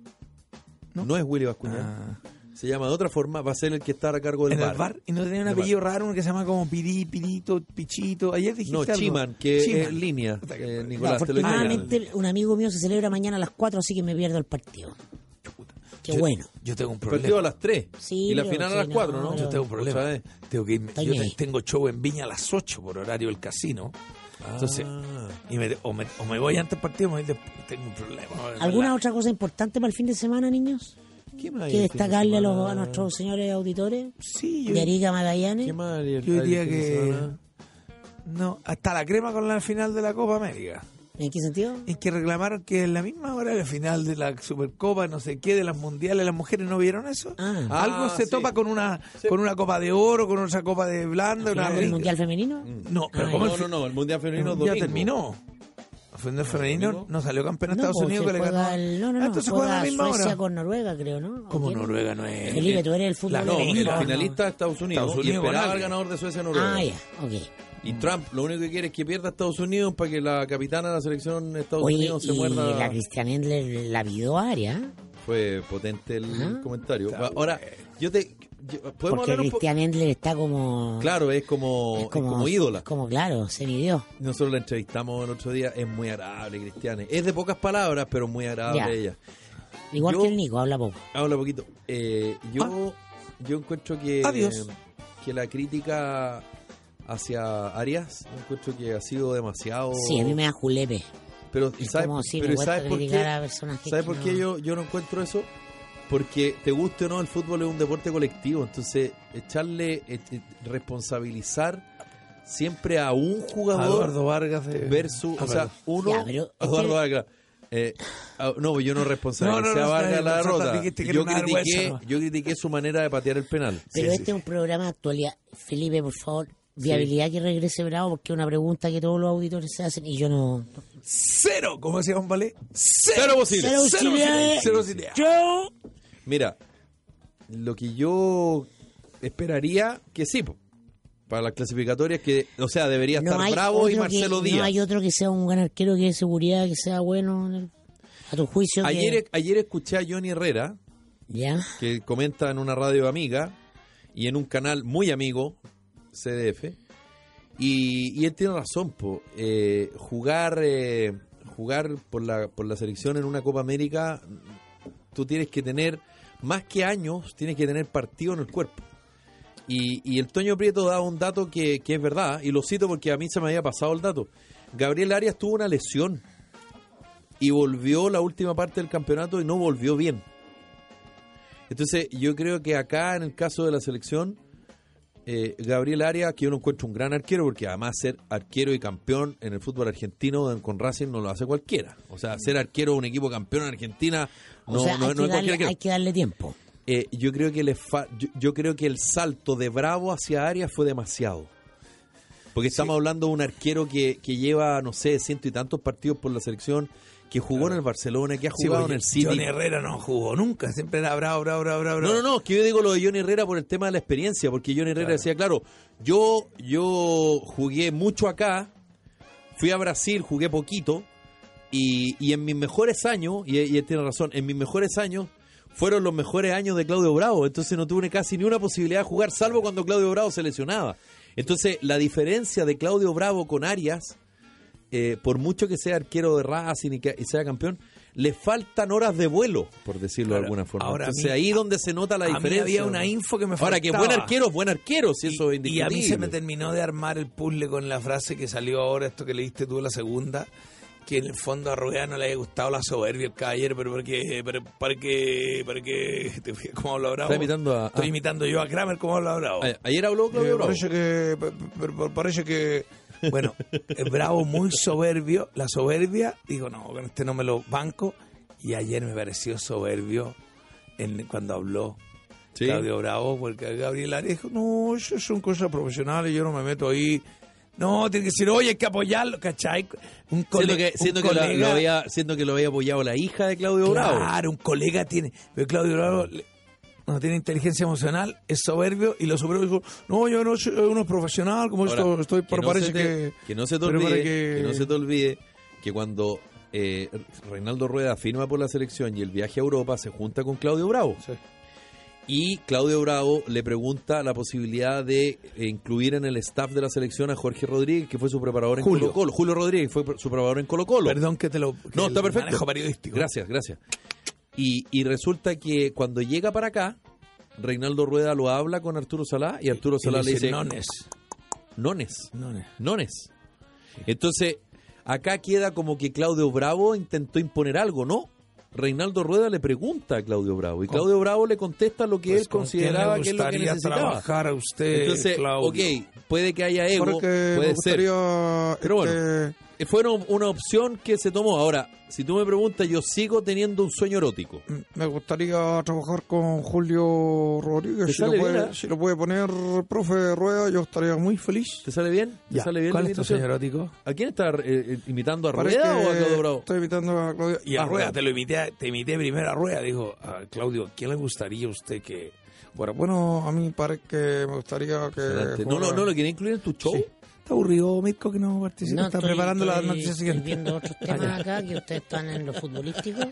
Speaker 1: No, es Willy Bascuñán.
Speaker 3: Ah.
Speaker 1: Se llama de otra forma, va a ser el que estará a cargo del
Speaker 3: en
Speaker 1: bar.
Speaker 3: el bar y no tenía un
Speaker 1: El bar.
Speaker 3: apellido raro, uno que se llama como Pirí, Pirito, Pichito. Ayer dijiste
Speaker 1: No,
Speaker 3: algo.
Speaker 1: Chiman, que es
Speaker 3: Chiman.
Speaker 1: línea,
Speaker 3: Puta que-
Speaker 1: eh,
Speaker 2: No,
Speaker 1: Nicolás. te lo dije ayer.
Speaker 2: afortunadamente, un amigo mío se celebra mañana a las 4, así que me pierdo el partido. Qué
Speaker 3: Yo-
Speaker 2: bueno.
Speaker 3: Yo tengo un
Speaker 1: Partido a
Speaker 3: problema.
Speaker 1: las 3
Speaker 2: Sí,
Speaker 1: y la
Speaker 2: pero
Speaker 1: final a
Speaker 2: sí,
Speaker 1: las
Speaker 2: no,
Speaker 1: 4, ¿no?
Speaker 2: no.
Speaker 3: Yo tengo un
Speaker 1: Otra
Speaker 3: problema.
Speaker 1: vez.
Speaker 3: Tengo que irme-
Speaker 2: Estoy
Speaker 3: yo
Speaker 2: ni
Speaker 3: te-
Speaker 2: ahí.
Speaker 3: tengo show en Viña a las 8 por horario del casino.
Speaker 1: Ah,
Speaker 3: Entonces, y me- o, me, o me voy antes del partido o me voy después. Tengo un problema.
Speaker 2: ¿Alguna
Speaker 3: La-
Speaker 2: otra cosa importante para el fin de semana, niños?
Speaker 1: ¿Qué más hay
Speaker 2: ¿Que
Speaker 1: el fin de
Speaker 2: destacarle a, los-
Speaker 1: semana?
Speaker 2: a nuestros señores auditores?
Speaker 3: Sí, yo,
Speaker 2: De Arica Magallanes.
Speaker 1: ¿Qué más hay el-
Speaker 3: yo
Speaker 1: hay el
Speaker 3: diría
Speaker 1: fin de
Speaker 3: que.
Speaker 1: semana?
Speaker 3: No, hasta la crema con la final de la Copa América.
Speaker 2: ¿En qué sentido?
Speaker 3: en que reclamaron que en la misma hora de la final de la Supercopa, no sé qué, de las mundiales, las mujeres no vieron eso.
Speaker 2: Ah.
Speaker 3: Algo
Speaker 1: Ah,
Speaker 3: se
Speaker 1: sí.
Speaker 3: topa con una con una copa de oro, con otra copa de blanda, una
Speaker 2: ¿Final del
Speaker 3: amarilla.
Speaker 2: mundial
Speaker 1: Mm.
Speaker 2: femenino?
Speaker 3: No, pero
Speaker 2: Ah,
Speaker 3: ¿cómo
Speaker 1: No, no, no, el Mundial Femenino
Speaker 3: ya
Speaker 1: domingo.
Speaker 3: terminó. El femenino
Speaker 1: domingo?
Speaker 3: no salió campeón a
Speaker 2: No,
Speaker 3: Estados
Speaker 2: pues, se
Speaker 3: Unidos que le
Speaker 2: juega
Speaker 3: ganó.
Speaker 2: el- no, no,
Speaker 3: Ah,
Speaker 2: no,
Speaker 3: entonces juega a la
Speaker 2: juega
Speaker 3: misma
Speaker 2: Suecia
Speaker 3: hora.
Speaker 2: con Noruega, creo, ¿no? ¿O
Speaker 3: Como
Speaker 2: quién?
Speaker 3: Noruega no es.
Speaker 2: Felipe, tú eres el fútbol
Speaker 3: La-
Speaker 1: No,
Speaker 3: Domingo,
Speaker 1: el
Speaker 2: gringo,
Speaker 1: finalista es Estados Unidos.
Speaker 3: Estados
Speaker 1: y
Speaker 3: Unidos con
Speaker 1: esperaba
Speaker 3: alguien.
Speaker 1: al ganador de Suecia
Speaker 2: no.
Speaker 1: Noruega.
Speaker 2: Ah, ya, ok.
Speaker 1: Y Trump lo único que quiere es que pierda a Estados Unidos para que la capitana de la selección de Estados
Speaker 2: Oye,
Speaker 1: Unidos se
Speaker 2: y
Speaker 1: muerda.
Speaker 2: la Cristian Endler la ¿eh? vidó a Aria.
Speaker 1: Fue potente el
Speaker 2: Ajá.
Speaker 1: comentario. Ahora, yo te. yo- ¿Podemos
Speaker 2: Porque
Speaker 1: hablar un poco?
Speaker 2: Cristian Endler está como...
Speaker 1: Claro, es como, es como ídola.
Speaker 2: es como, claro, se midió.
Speaker 1: Nosotros la entrevistamos el otro día. Es muy agradable, Cristiane. Es de pocas palabras, pero muy agradable
Speaker 2: Ya.
Speaker 1: ella.
Speaker 2: Igual
Speaker 1: Yo-
Speaker 2: que el Nico, habla poco.
Speaker 1: Habla poquito. Eh, yo,
Speaker 2: Ah.
Speaker 1: yo encuentro que,
Speaker 3: Adiós.
Speaker 1: que la crítica hacia Arias, yo encuentro que ha sido demasiado.
Speaker 2: Sí, a mí me da julepe.
Speaker 1: Pero
Speaker 2: Es
Speaker 1: ¿sabes,
Speaker 2: como si me
Speaker 1: pero
Speaker 2: cuesta
Speaker 1: ¿sabes Oh. por qué?
Speaker 2: criticar a personajes
Speaker 1: ¿Sabes
Speaker 2: que
Speaker 1: por
Speaker 2: no-
Speaker 1: qué yo, yo no encuentro eso? Porque te guste o no, el fútbol es un deporte colectivo. Entonces, echarle, eh, eh, responsabilizar siempre a un
Speaker 3: A
Speaker 1: jugador
Speaker 3: Eduardo Vargas de-
Speaker 1: versus,
Speaker 3: Ah,
Speaker 1: o sea,
Speaker 3: perdón.
Speaker 1: uno,
Speaker 2: Ya, pero-
Speaker 1: Eduardo Vargas. Eh, ah, no, yo no responsabilicé
Speaker 3: No, no, no,
Speaker 1: a Vargas
Speaker 3: está
Speaker 1: la
Speaker 3: bien, no,
Speaker 1: derrota.
Speaker 3: dijiste que
Speaker 1: Yo
Speaker 3: era una
Speaker 1: critiqué,
Speaker 3: vergüenza,
Speaker 1: yo critiqué su manera de patear el penal.
Speaker 2: Pero
Speaker 3: Sí,
Speaker 2: este
Speaker 3: sí,
Speaker 2: es un programa de actualidad. Felipe, por favor, viabilidad que regrese Bravo, porque es una pregunta que todos los auditores se hacen y yo no...
Speaker 3: Cero, como decía un ballet. Cero,
Speaker 1: Cero posible.
Speaker 2: Cero posibilidades.
Speaker 3: Cero posibilidades.
Speaker 2: Yo...
Speaker 1: Mira, lo que yo esperaría que sí, po, para las clasificatorias, que, o sea, debería estar Bravo y
Speaker 2: otro que-
Speaker 1: Marcelo Díaz.
Speaker 2: No hay otro que sea un gran arquero que de seguridad, que sea bueno, a tu juicio. que-
Speaker 1: ayer, ayer escuché a Johnny Herrera,
Speaker 2: Ya.
Speaker 1: que comenta en una radio amiga y en un canal muy amigo, CDF, y, y él tiene razón, po, eh, jugar, eh, jugar por, la, por la selección en una Copa América, tú tienes que tener, más que años, tienes que tener partido en el cuerpo. Y, y el Toño Prieto da un dato que, que es verdad, y lo cito porque a mí se me había pasado el dato. Gabriel Arias tuvo una lesión y volvió la última parte del campeonato y no volvió bien. Entonces, yo creo que acá, en el caso de la selección, eh, Gabriel Arias, que yo lo encuentro un gran arquero, porque además ser arquero y campeón en el fútbol argentino en- con Racing no lo hace cualquiera. O sea, ser arquero de un equipo campeón en Argentina
Speaker 2: O
Speaker 1: no,
Speaker 2: sea,
Speaker 1: no-
Speaker 2: hay,
Speaker 1: no es cualquier
Speaker 2: que darle,
Speaker 1: arquero.
Speaker 2: hay que darle tiempo.
Speaker 1: Eh, yo creo que le fa- yo, yo creo que el salto de Bravo hacia Arias fue demasiado. Porque estamos hablando de un arquero que, que lleva, no sé, ciento y tantos partidos por la selección, que jugó en el Barcelona, que ha
Speaker 3: Sí,
Speaker 1: jugado
Speaker 3: porque
Speaker 1: en el City.
Speaker 3: Johnny Herrera no jugó nunca. Siempre era bravo, bravo, bravo, bravo.
Speaker 1: No, no, no, es que yo digo lo de Johnny Herrera por el tema de la experiencia, porque Johnny Herrera decía, claro, yo, yo jugué mucho acá, fui a Brasil, jugué poquito, y, y en mis mejores años, y, y él tiene razón, en mis mejores años fueron los mejores años de Claudio Bravo, entonces no tuve casi ni una posibilidad de jugar, salvo cuando Claudio Bravo se lesionaba. Entonces, la diferencia de Claudio Bravo con Arias eh, por mucho que sea arquero de Racing y, que, y sea campeón, le faltan horas de vuelo, por decirlo de
Speaker 3: Claro,
Speaker 1: alguna forma.
Speaker 3: ahora a
Speaker 1: Entonces
Speaker 3: mí-
Speaker 1: ahí donde se nota la
Speaker 3: a mí
Speaker 1: diferencia.
Speaker 3: había una info que me
Speaker 1: Ahora, que buen
Speaker 3: faltaba.
Speaker 1: arquero es buen arquero, si eso es
Speaker 3: y, y a mí
Speaker 1: indiscutible.
Speaker 3: se me terminó de armar el puzzle con la frase que salió ahora, esto que leíste tú la segunda, que en el fondo a Rueda no le haya gustado la soberbia el caballero, pero porque, pero para que, para que, [LAUGHS] te fijas cómo habla Bravo.
Speaker 1: Está imitando a-
Speaker 3: Estoy
Speaker 1: ah.
Speaker 3: imitando yo a Kramer cómo habla Bravo.
Speaker 1: A- Ayer habló Claudio
Speaker 3: Eh,
Speaker 1: Bravo.
Speaker 3: Parece que, pa- pa- pa- parece que, bueno, el Bravo muy soberbio, la soberbia, digo, no, con este no me lo banco, y ayer me pareció soberbio en, cuando habló
Speaker 1: Sí.
Speaker 3: Claudio Bravo, porque Gabriel Arias dijo, no, eso son cosas profesionales, yo no me meto ahí. No, tiene que decir, oye, hay que apoyarlo, ¿cachai? Un, cole-
Speaker 1: Siendo que,
Speaker 3: un
Speaker 1: siendo que lo- lo,
Speaker 3: colega-
Speaker 1: había, siendo que lo había apoyado la hija de Claudio Bravo.
Speaker 3: Claro, un colega tiene. Pero Claudio Bravo le- no tiene inteligencia emocional, es soberbio y lo soberbio dijo: No, yo no soy uno profesional, como
Speaker 1: Ahora,
Speaker 3: esto estoy, pero
Speaker 1: no
Speaker 3: parece
Speaker 1: se te-
Speaker 3: que.
Speaker 1: no se te
Speaker 3: pero
Speaker 1: olvide
Speaker 3: para
Speaker 1: que...
Speaker 3: que-
Speaker 1: no se te olvide que cuando eh, Reinaldo Rueda firma por la selección y el viaje a Europa se junta con Claudio Bravo
Speaker 3: Sí.
Speaker 1: y Claudio Bravo le pregunta la posibilidad de eh, incluir en el staff de la selección a Jorge Rodríguez que fue su preparador en
Speaker 3: Julio.
Speaker 1: Colo Colo Julio Rodríguez que fue pr- su preparador en Colo Colo
Speaker 3: Perdón que te lo. que
Speaker 1: no está
Speaker 3: el
Speaker 1: perfecto
Speaker 3: manejo periodístico.
Speaker 1: gracias gracias y, y resulta que cuando llega para acá Reinaldo Rueda lo habla con Arturo Salá y Arturo
Speaker 3: Y le
Speaker 1: Salá le
Speaker 3: dice,
Speaker 1: dice
Speaker 3: "Nones,
Speaker 1: nones
Speaker 3: nones".
Speaker 1: nones. Entonces, acá queda como que Claudio Bravo intentó imponer algo, ¿no? Reinaldo Rueda le pregunta a Claudio Bravo y Claudio Bravo le contesta lo que
Speaker 3: Pues,
Speaker 1: él
Speaker 3: ¿con quién le
Speaker 1: consideraba que es lo que
Speaker 3: gustaría
Speaker 1: necesitaba.
Speaker 3: trabajar a usted,
Speaker 1: Entonces,
Speaker 3: Claudio?
Speaker 1: ok, puede que haya ego,
Speaker 4: Porque me
Speaker 1: puede ser.
Speaker 4: gustaría,
Speaker 1: Pero
Speaker 4: este,
Speaker 1: fueron una opción que se tomó. Ahora, si tú me preguntas, yo sigo teniendo un sueño erótico.
Speaker 3: Me gustaría trabajar con Julio
Speaker 1: Te
Speaker 3: Rodríguez. Si lo,
Speaker 1: sale bien, ¿eh?
Speaker 3: puede, si lo puede poner, profe Rueda, yo estaría muy feliz.
Speaker 1: ¿Te sale bien? ¿Te sale bien
Speaker 3: ¿Cuál
Speaker 1: la
Speaker 3: es tu
Speaker 1: imitación?
Speaker 3: sueño erótico?
Speaker 1: ¿A quién está eh, eh, imitando a
Speaker 3: Parece
Speaker 1: Rueda
Speaker 3: que
Speaker 1: o a Claudio Bravo?
Speaker 3: Estoy invitando a Claudio. Y
Speaker 1: Ah,
Speaker 3: a
Speaker 1: Rueda.
Speaker 3: Rueda, te lo imité, te imité primero a Rueda. Dijo, a Claudio, ¿quién le gustaría a usted que.? Bueno, bueno, a mí parece que me gustaría que.
Speaker 1: Adelante. No, no,
Speaker 3: jugara-
Speaker 1: no lo quería incluir en tu show.
Speaker 3: Sí. Está aburrido, Mirko, que no participa.
Speaker 2: No,
Speaker 3: está
Speaker 2: estoy-
Speaker 3: preparando
Speaker 2: estoy-
Speaker 3: la noticia
Speaker 2: Estoy
Speaker 3: siguiente.
Speaker 2: viendo
Speaker 3: [LAUGHS]
Speaker 2: otros temas acá que ustedes están en los futbolísticos.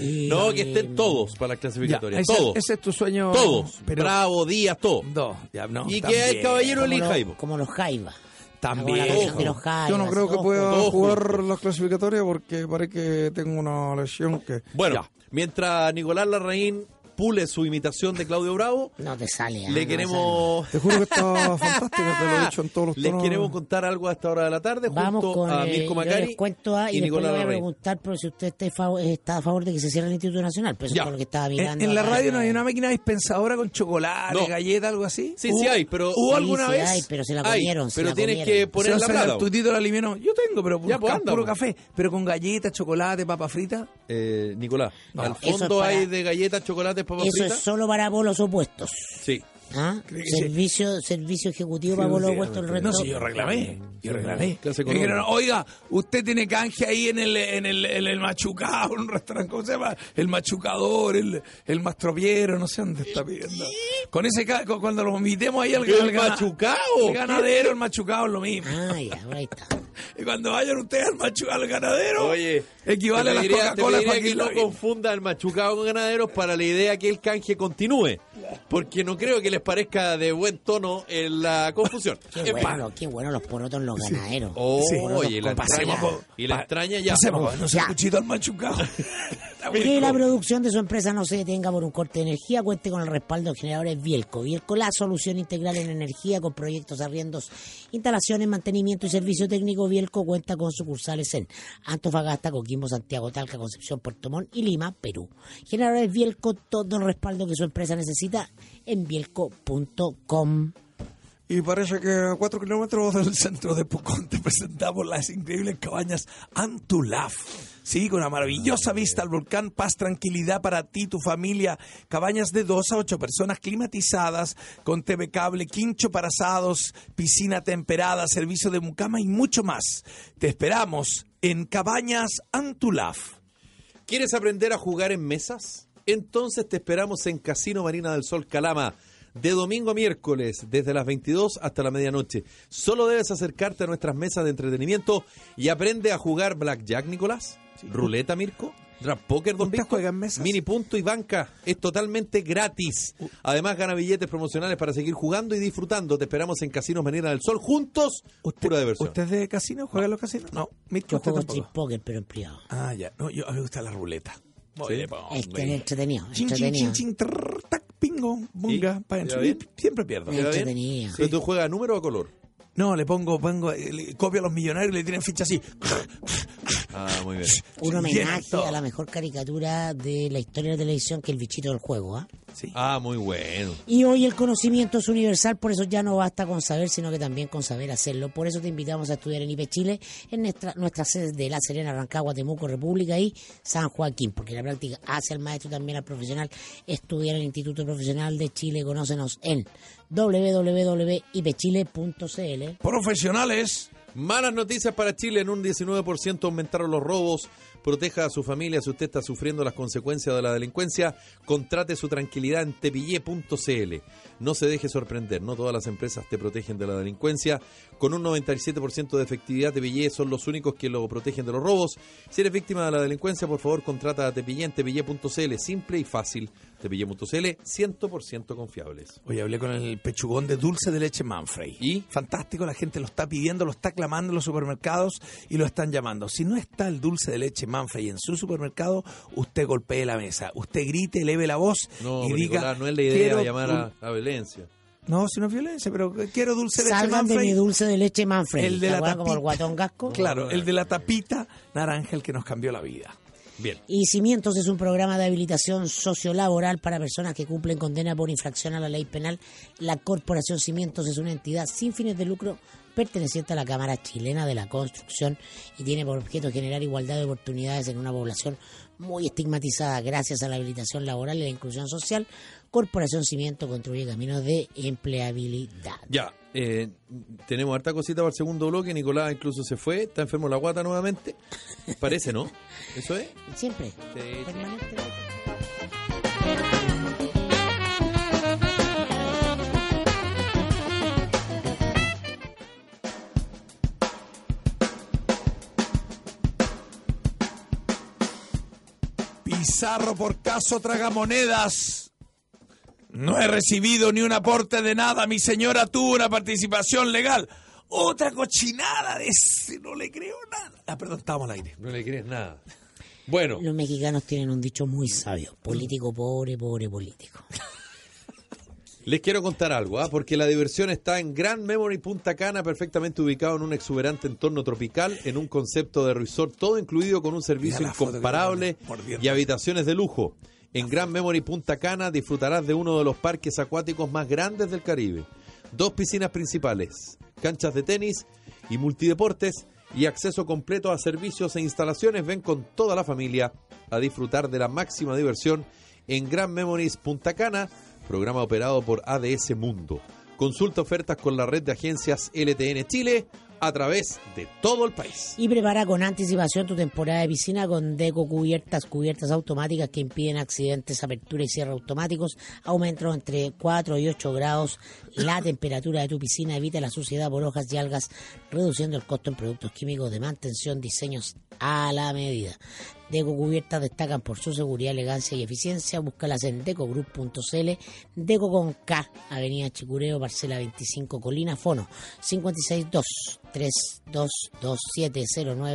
Speaker 2: Y-
Speaker 1: No, que estén todos para la
Speaker 3: Ya,
Speaker 1: clasificatoria.
Speaker 3: ese,
Speaker 1: todos.
Speaker 3: ese es tu sueño.
Speaker 1: todos.
Speaker 3: Pero,
Speaker 1: Bravo, Díaz, todos.
Speaker 3: Dos, ya, no.
Speaker 1: y que
Speaker 3: también,
Speaker 1: el caballero
Speaker 2: Como,
Speaker 1: elija.
Speaker 2: los- como los Jaivas. Como la
Speaker 3: También.
Speaker 2: canción de los
Speaker 3: Ojo.
Speaker 2: Jaivas.
Speaker 3: Yo no creo que
Speaker 2: Ojo.
Speaker 3: pueda
Speaker 1: Todos
Speaker 3: jugar
Speaker 1: juntos.
Speaker 3: las clasificatorias porque parece que tengo una lesión que.
Speaker 1: Bueno,
Speaker 3: Ya.
Speaker 1: mientras Nicolás Larraín pule su imitación de Claudio Bravo,
Speaker 2: No te sale. ah, no
Speaker 1: le
Speaker 2: te
Speaker 1: queremos...
Speaker 3: Te juro que [LAUGHS] está fantástico, te lo he dicho en todos los
Speaker 1: Les
Speaker 3: tonos.
Speaker 1: queremos contar algo a esta hora de la tarde
Speaker 2: sale. Vamos
Speaker 1: junto
Speaker 2: con.
Speaker 1: a
Speaker 2: eh,
Speaker 1: Mirko
Speaker 2: yo
Speaker 1: Macari
Speaker 2: les cuento ah, y,
Speaker 1: y
Speaker 2: después le
Speaker 1: Nicolás
Speaker 2: voy a
Speaker 1: Larraín.
Speaker 2: preguntar pero si usted está, a favor- está a favor de que se cierre el Instituto Nacional. Pues eso
Speaker 1: Ya.
Speaker 2: es lo que estaba
Speaker 3: En,
Speaker 2: mirando.
Speaker 3: Eh, en la
Speaker 2: acá.
Speaker 3: radio no hay una máquina dispensadora con chocolate,
Speaker 1: No.
Speaker 3: galleta, algo así.
Speaker 1: Sí, sí
Speaker 3: ¿Hubo-
Speaker 1: hay, pero-
Speaker 3: ¿Hubo
Speaker 1: Sí,
Speaker 3: alguna
Speaker 2: sí
Speaker 3: vez?
Speaker 2: hay, pero se la
Speaker 1: Ay,
Speaker 2: comieron. se
Speaker 1: pero
Speaker 2: la
Speaker 1: tienes
Speaker 2: comieron.
Speaker 1: que
Speaker 3: Uh,
Speaker 1: poner la plata.
Speaker 3: Tu título alimino. Yo tengo, pero
Speaker 1: Ya, pues,
Speaker 3: puro,
Speaker 1: anda,
Speaker 3: puro
Speaker 1: pues.
Speaker 3: café. Pero con galletas, chocolate, papa frita.
Speaker 1: Eh, Nicolás,
Speaker 2: No,
Speaker 1: al
Speaker 2: eso es
Speaker 1: fondo
Speaker 2: para-
Speaker 1: hay de galletas, chocolates, papas
Speaker 2: Eso es
Speaker 1: fritas.
Speaker 2: solo para bolos opuestos.
Speaker 1: Sí.
Speaker 2: ¿Ah?
Speaker 3: Creo que sí.
Speaker 2: Servicio, servicio ejecutivo para bolos opuestos. El resto.
Speaker 3: No, sí, yo reclamé. Yo reclamé.
Speaker 1: Clase
Speaker 3: Me dijeron,
Speaker 1: económica.
Speaker 3: oiga, usted tiene canje ahí en el, en el, en el machucado, en [LAUGHS] un restaurante, ¿cómo se llama? El machucador, el, el mastropiero, no sé dónde está pidiendo. Con ese ca- con- cuando los invitemos ahí al
Speaker 1: ¿El
Speaker 3: al gana-
Speaker 1: machucao?
Speaker 3: El ganadero, el machucado es lo mismo.
Speaker 2: Ah, ya, ahora ahí está.
Speaker 3: Y cuando vayan ustedes al machucado, al ganadero,
Speaker 1: Oye,
Speaker 3: equivale a
Speaker 1: te
Speaker 3: las
Speaker 1: pediría- te
Speaker 3: Coca-Cola
Speaker 1: pediría
Speaker 3: para
Speaker 1: que no confunda el machucado con ganaderos para la idea que el canje continúe. Porque no creo que les parezca de buen tono eh, la confusión.
Speaker 3: [LAUGHS]
Speaker 2: Qué
Speaker 1: En fin.
Speaker 2: bueno, qué bueno los porotos en los ganaderos.
Speaker 1: Oh,
Speaker 2: Los porotos
Speaker 1: y la
Speaker 2: con
Speaker 1: entraña,
Speaker 2: pasada.
Speaker 1: y la entraña ya.
Speaker 3: Pasemos, no se
Speaker 2: Ya.
Speaker 3: escuchito
Speaker 1: [LAUGHS]
Speaker 3: al machucado.
Speaker 2: Que la producción de su empresa no se detenga por un corte de energía, cuente con el respaldo de generadores Bielco. Bielco, la solución integral en energía con proyectos, arriendos, instalaciones, mantenimiento y servicio técnico. Bielco cuenta con sucursales en Antofagasta, Coquimbo, Santiago, Talca, Concepción, Puerto Montt y Lima, Perú. Generadores Bielco, todo el respaldo que su empresa necesita en bielco.com.
Speaker 3: Y parece que a cuatro kilómetros del centro de Pucón te presentamos las increíbles cabañas Antulaf. Sí, con una maravillosa vista al volcán, paz, tranquilidad para ti, tu familia. Cabañas de dos a ocho personas climatizadas, con TV cable, quincho para asados, piscina temperada, servicio de mucama y mucho más. Te esperamos en Cabañas Antulaf.
Speaker 1: ¿Quieres aprender a jugar en mesas? Entonces te esperamos en Casino Marina del Sol Calama. De domingo a miércoles, desde las 22 hasta la medianoche. Solo debes acercarte a nuestras mesas de entretenimiento y aprende a jugar Blackjack, Nicolás, Ruleta, Mirko, Draft Poker, Don
Speaker 3: ¿Usted
Speaker 1: Mirko,
Speaker 3: juega en mesas?
Speaker 1: Mini Punto y Banca. Es totalmente gratis. Además, gana billetes promocionales para seguir jugando y disfrutando. Te esperamos en Casinos Marina del Sol, juntos, pura diversión.
Speaker 3: ¿Usted es de casino? ¿Juega en los casinos? No, Mirko,
Speaker 2: Yo
Speaker 3: usted
Speaker 2: juego
Speaker 3: tampoco.
Speaker 2: strip poker, pero en privado.
Speaker 3: Ah, ya. No, yo, a mí me gusta la ruleta.
Speaker 1: Sí.
Speaker 3: Oye, pongo,
Speaker 2: Este,
Speaker 3: güey.
Speaker 2: entretenido,
Speaker 3: Chin, chin,
Speaker 2: entretenido.
Speaker 3: chin, chin, trrr, tac, pingo, bunga,
Speaker 1: ¿Y?
Speaker 3: para adentro.
Speaker 1: ¿Ya ven?
Speaker 3: Y Siempre pierdo.
Speaker 1: ¿Te va bien?
Speaker 2: Entretenido.
Speaker 1: ¿Pero tú juegas a número o a color?
Speaker 3: No, le pongo, pongo, eh, le copio a los millonarios y le tienen
Speaker 1: [LAUGHS]
Speaker 3: ficha así.
Speaker 1: Ah, muy
Speaker 3: [LAUGHS]
Speaker 1: bien.
Speaker 2: Un
Speaker 3: Bien,
Speaker 2: homenaje
Speaker 3: todo.
Speaker 2: a la mejor caricatura de la historia de la televisión que el bichito del juego. ¿ah?
Speaker 3: Sí.
Speaker 1: Ah, muy bueno.
Speaker 2: Y hoy el conocimiento es universal, por eso ya no basta con saber, sino que también con saber hacerlo. Por eso te invitamos a estudiar en IPE Chile, en nuestra, nuestra sede de La Serena, Rancagua, Temuco, República y San Joaquín, porque la práctica hace al maestro y también al profesional. Estudiar en el Instituto Profesional de Chile, conócenos en E www.ipechile.cl.
Speaker 3: Profesionales.
Speaker 1: Malas noticias para Chile. En un 19% aumentaron los robos. Proteja a su familia si usted está sufriendo las consecuencias de la delincuencia. Contrate su tranquilidad en tepille.cl. No se deje sorprender. No todas las empresas te protegen de la delincuencia. Con un 97% de efectividad, Tepille son los únicos que lo protegen de los robos. Si eres víctima de la delincuencia, por favor, contrata a Tepille en tepille.cl. Simple y fácil. Tepille.cl, 100% confiables.
Speaker 3: Oye, hablé con el pechugón de dulce de leche Manfrey.
Speaker 1: ¿Y?
Speaker 3: Fantástico, la gente lo está pidiendo, lo está clamando en los supermercados y lo están llamando. Si no está el dulce de leche Manfrey en su supermercado, usted golpee la mesa, usted grite, eleve la voz
Speaker 1: No,
Speaker 3: y
Speaker 1: pero
Speaker 3: diga...
Speaker 1: Nicolás, no es la idea
Speaker 3: "Quiero
Speaker 1: de llamar
Speaker 3: dul-".
Speaker 1: a la violencia.
Speaker 3: No, si no es violencia, pero quiero dulce de leche
Speaker 2: Salgan de mi
Speaker 3: Manfrey.
Speaker 2: dulce de leche Manfred.
Speaker 3: El de la tapita.
Speaker 2: como el guatón gasco.
Speaker 3: Claro, el de la tapita naranja, el que nos cambió la vida.
Speaker 1: Bien.
Speaker 2: Y Cimientos es un programa de habilitación sociolaboral para personas que cumplen condena por infracción a la ley penal. La Corporación Cimientos es una entidad sin fines de lucro perteneciente a la Cámara Chilena de la Construcción y tiene por objeto generar igualdad de oportunidades en una población muy estigmatizada gracias a la habilitación laboral y la inclusión social. Corporación Cimiento construye caminos de empleabilidad.
Speaker 1: Ya, eh, tenemos harta cosita para el segundo bloque. Nicolás incluso se fue, está enfermo la guata nuevamente. Parece, ¿no? ¿Eso es?
Speaker 2: Siempre.
Speaker 1: sí.
Speaker 2: Permanente.
Speaker 3: Pizarro por caso tragamonedas. No he recibido ni un aporte de nada. Mi señora tuvo una participación legal. Otra cochinada de ese. No le creo nada. Ah, perdón, estábamos al aire.
Speaker 1: No le crees nada. Bueno,
Speaker 2: Los mexicanos tienen un dicho muy sabio. Político pobre, pobre político.
Speaker 1: les quiero contar algo, ¿ah? porque la diversión está en Grand Memory Punta Cana, perfectamente ubicado en un exuberante entorno tropical, en un concepto de resort, todo incluido con un servicio
Speaker 3: Mira la foto que
Speaker 1: incomparable
Speaker 3: me ponen, mordiendo.
Speaker 1: y habitaciones de lujo. En Grand Memory Punta Cana disfrutarás de uno de los parques acuáticos más grandes del Caribe. Dos piscinas principales, canchas de tenis y multideportes y acceso completo a servicios e instalaciones. Ven con toda la familia a disfrutar de la máxima diversión en Grand Memories Punta Cana, programa operado por ADS Mundo. Consulta ofertas con la red de agencias LTN Chile a través de todo el país.
Speaker 2: Y prepara con anticipación tu temporada de piscina con deco cubiertas, cubiertas automáticas que impiden accidentes, apertura y cierre automáticos. Aumento entre 4 y 8 grados la temperatura de tu piscina. Evita la suciedad por hojas y algas, reduciendo el costo en productos químicos de mantención, diseños a la medida. Deco Cubiertas destacan por su seguridad, elegancia y eficiencia. Búscalas en decogroup.cl, Deco con K, Avenida Chicureo, parcela 25, Colina, Fono,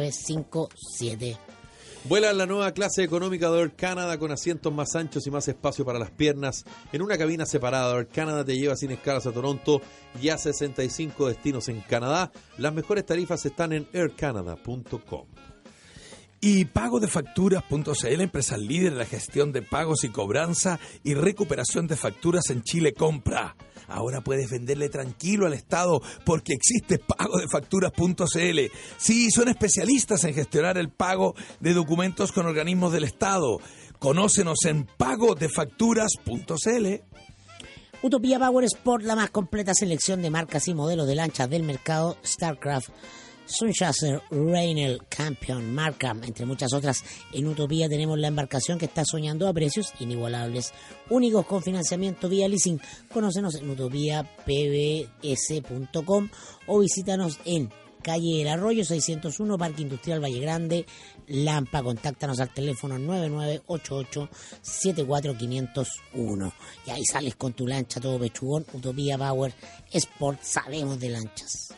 Speaker 2: 562-3227-0957.
Speaker 1: Vuela la nueva clase económica de Air Canada con asientos más anchos y más espacio para las piernas. En una cabina separada, Air Canada te lleva sin escalas a Toronto y a 65 destinos en Canadá. Las mejores tarifas están en aircanada.com.
Speaker 3: Y pagodefacturas.cl, empresa líder en la gestión de pagos y cobranza y recuperación de facturas en Chile Compra. Ahora puedes venderle tranquilo al Estado porque existe pagodefacturas.cl. Sí, son especialistas en gestionar el pago de documentos con organismos del Estado. Conócenos en pagodefacturas.cl.
Speaker 2: Utopía Power Sport, la más completa selección de marcas y modelos de lanchas del mercado StarCraft. Sunchaser, Rainel, Campion, Markham, entre muchas otras. En Utopía tenemos la embarcación que está soñando a precios inigualables. Únicos con financiamiento vía leasing. Conócenos en utopiapbs.com o visítanos en calle El Arroyo 601, Parque Industrial Valle Grande, Lampa. Contáctanos al teléfono 9988-74501. Y ahí sales con tu lancha todo pechugón. Utopía Power Sport, sabemos de lanchas.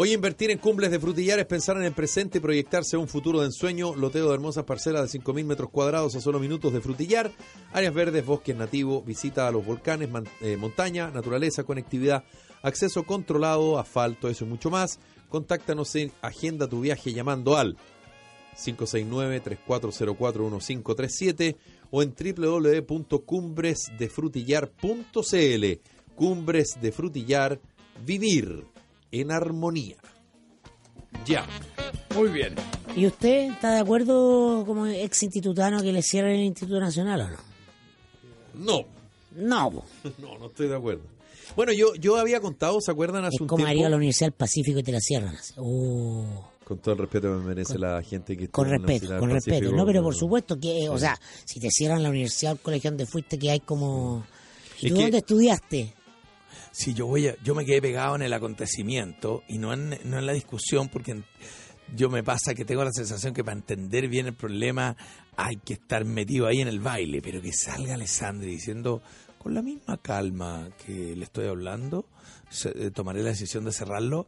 Speaker 1: Hoy invertir en cumbres de frutillar es pensar en el presente y proyectarse a un futuro de ensueño. Loteo de hermosas parcelas de 5.000 metros cuadrados a solo minutos de frutillar. Áreas verdes, bosques nativo, visita a los volcanes, man- eh, montaña, naturaleza, conectividad, acceso controlado, asfalto, eso y mucho más. Contáctanos en Agenda tu viaje llamando al 569-3404-1537 o en www.cumbresdefrutillar.cl. Cumbres de Frutillar, vivir en armonía. Ya.
Speaker 3: Muy bien.
Speaker 2: ¿Y usted está de acuerdo como ex institutano que le cierren el Instituto Nacional o no?
Speaker 1: No, [LAUGHS]
Speaker 2: No, po.
Speaker 1: no, no estoy de acuerdo. Bueno, yo, yo había contado, ¿se acuerdan? Hace
Speaker 2: es
Speaker 1: un
Speaker 2: como haría la
Speaker 1: tiempo.
Speaker 2: Universidad del Pacífico y te la cierran. así. Uh.
Speaker 1: Con todo el respeto que me merece la gente que
Speaker 2: Con
Speaker 1: estuvo en la
Speaker 2: respeto,
Speaker 1: Universidad
Speaker 2: con
Speaker 1: del
Speaker 2: respeto.
Speaker 1: Pacífico,
Speaker 2: No, pero por
Speaker 1: no.
Speaker 2: supuesto que, eh, o sea, si te cierran la universidad o el colegio donde fuiste, que hay como... ¿Y
Speaker 1: Es
Speaker 2: tú
Speaker 1: que-
Speaker 2: dónde estudiaste?
Speaker 3: Sí, yo voy a- yo me quedé pegado en el acontecimiento y no en, no en la discusión porque en- yo me pasa que tengo la sensación que para entender bien el problema hay que estar metido ahí en el baile, pero que salga Alessandri diciendo con la misma calma que le estoy hablando, se- eh, tomaré la decisión de cerrarlo,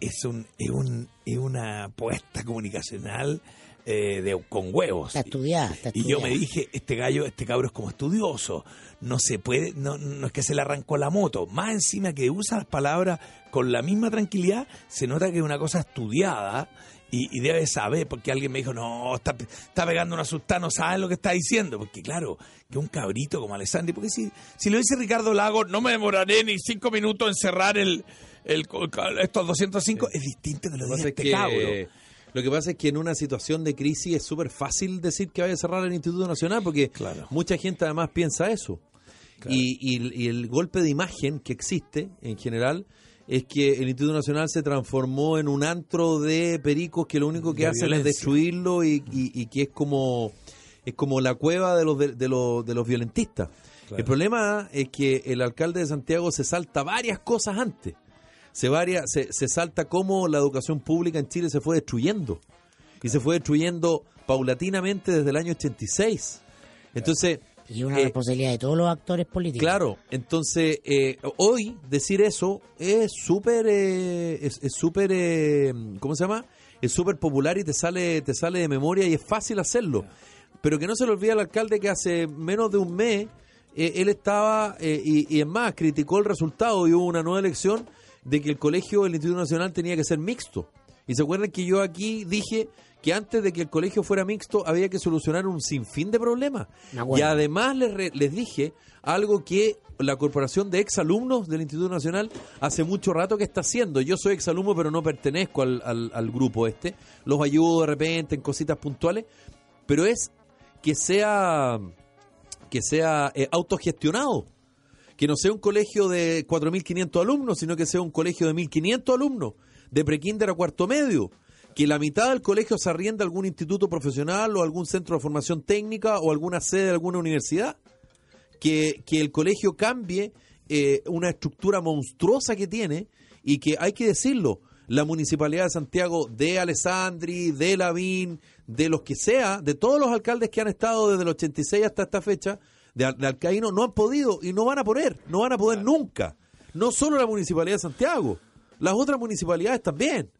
Speaker 3: es un es un es una apuesta comunicacional eh, de, con huevos.
Speaker 2: Está estudiada, está
Speaker 3: Y yo me
Speaker 2: estudiada.
Speaker 3: dije, este gallo, este cabro es como estudioso, no se puede, no, no es que se le arrancó la moto, más encima que usa las palabras con la misma tranquilidad, se nota que es una cosa estudiada y, y debe saber, porque alguien me dijo, no, está, pe- está pegando una sustancia, no sabe lo que está diciendo, porque claro, que un cabrito como Alessandri, porque si, si lo dice Ricardo Lago, no me demoraré ni cinco minutos en cerrar el, el, estos 205 es distinto que lo
Speaker 1: Lo
Speaker 3: que
Speaker 1: que pasa
Speaker 3: dice
Speaker 1: es
Speaker 3: este
Speaker 1: que-
Speaker 3: cabro.
Speaker 1: Lo que pasa es que en una situación de crisis es súper fácil decir que vaya a cerrar el Instituto Nacional porque
Speaker 3: Claro.
Speaker 1: mucha gente además piensa eso. Y, y- y el golpe de imagen que existe en general es que el Instituto Nacional se transformó en un antro de pericos que lo único que
Speaker 3: De
Speaker 1: hacen
Speaker 3: violencia.
Speaker 1: es destruirlo y, y- y que es como es como la cueva de los de, de los, de los violentistas. El problema es que el alcalde de Santiago se salta varias cosas antes se, varia, se, se salta cómo la educación pública en Chile se fue destruyendo. Y se fue destruyendo paulatinamente desde el año 86. Entonces,
Speaker 2: Y una
Speaker 1: eh,
Speaker 2: responsabilidad de todos los actores políticos.
Speaker 1: claro, entonces eh, hoy decir eso es súper, eh, es es súper, eh, ¿cómo se llama? Es súper popular y te sale, te sale de memoria y es fácil hacerlo. Pero que no se le olvide al alcalde que hace menos de un mes eh, él estaba, eh, y, y es más, criticó el resultado y hubo una nueva elección de que el colegio del Instituto Nacional tenía que ser mixto. Y se acuerdan que yo aquí dije que antes de que el colegio fuera mixto había que solucionar un sinfín de problemas.
Speaker 2: Me acuerdo.
Speaker 1: Y además les, re- les dije algo que la Corporación de Exalumnos del Instituto Nacional hace mucho rato que está haciendo. Yo soy exalumno pero no pertenezco al, al- al grupo este. Los ayudo de repente en cositas puntuales. Pero es que sea que sea eh, autogestionado. Que no sea un colegio de 4.500 alumnos, sino que sea un colegio de 1.500 alumnos, de prekinder a cuarto medio. Que la mitad del colegio se arrienda a algún instituto profesional o algún centro de formación técnica o alguna sede de alguna universidad. Que, que el colegio cambie eh, una estructura monstruosa que tiene y que hay que decirlo, la municipalidad de Santiago de Alessandri, de Lavín, de los que sea, de todos los alcaldes que han estado desde el 86 hasta esta fecha, de, al- de Alcaíno, no han podido y no van a poder, no van a poder nunca. No solo la municipalidad de Santiago, las otras municipalidades también.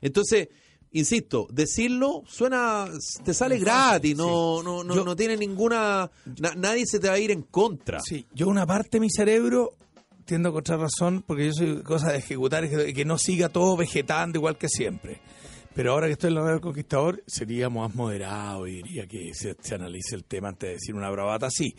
Speaker 1: Entonces, insisto, decirlo suena, te sale gratis, no, no, no,
Speaker 3: Yo-
Speaker 1: no tiene ninguna, na- nadie se te va a ir en contra.
Speaker 3: Sí, yo una parte de mi cerebro tiendo a encontrar razón porque yo soy cosa de ejecutar y que, que no siga todo vegetando igual que siempre. Pero ahora que estoy en la radio del Conquistador, sería más moderado y diría que se, se analice el tema antes de decir una bravata así.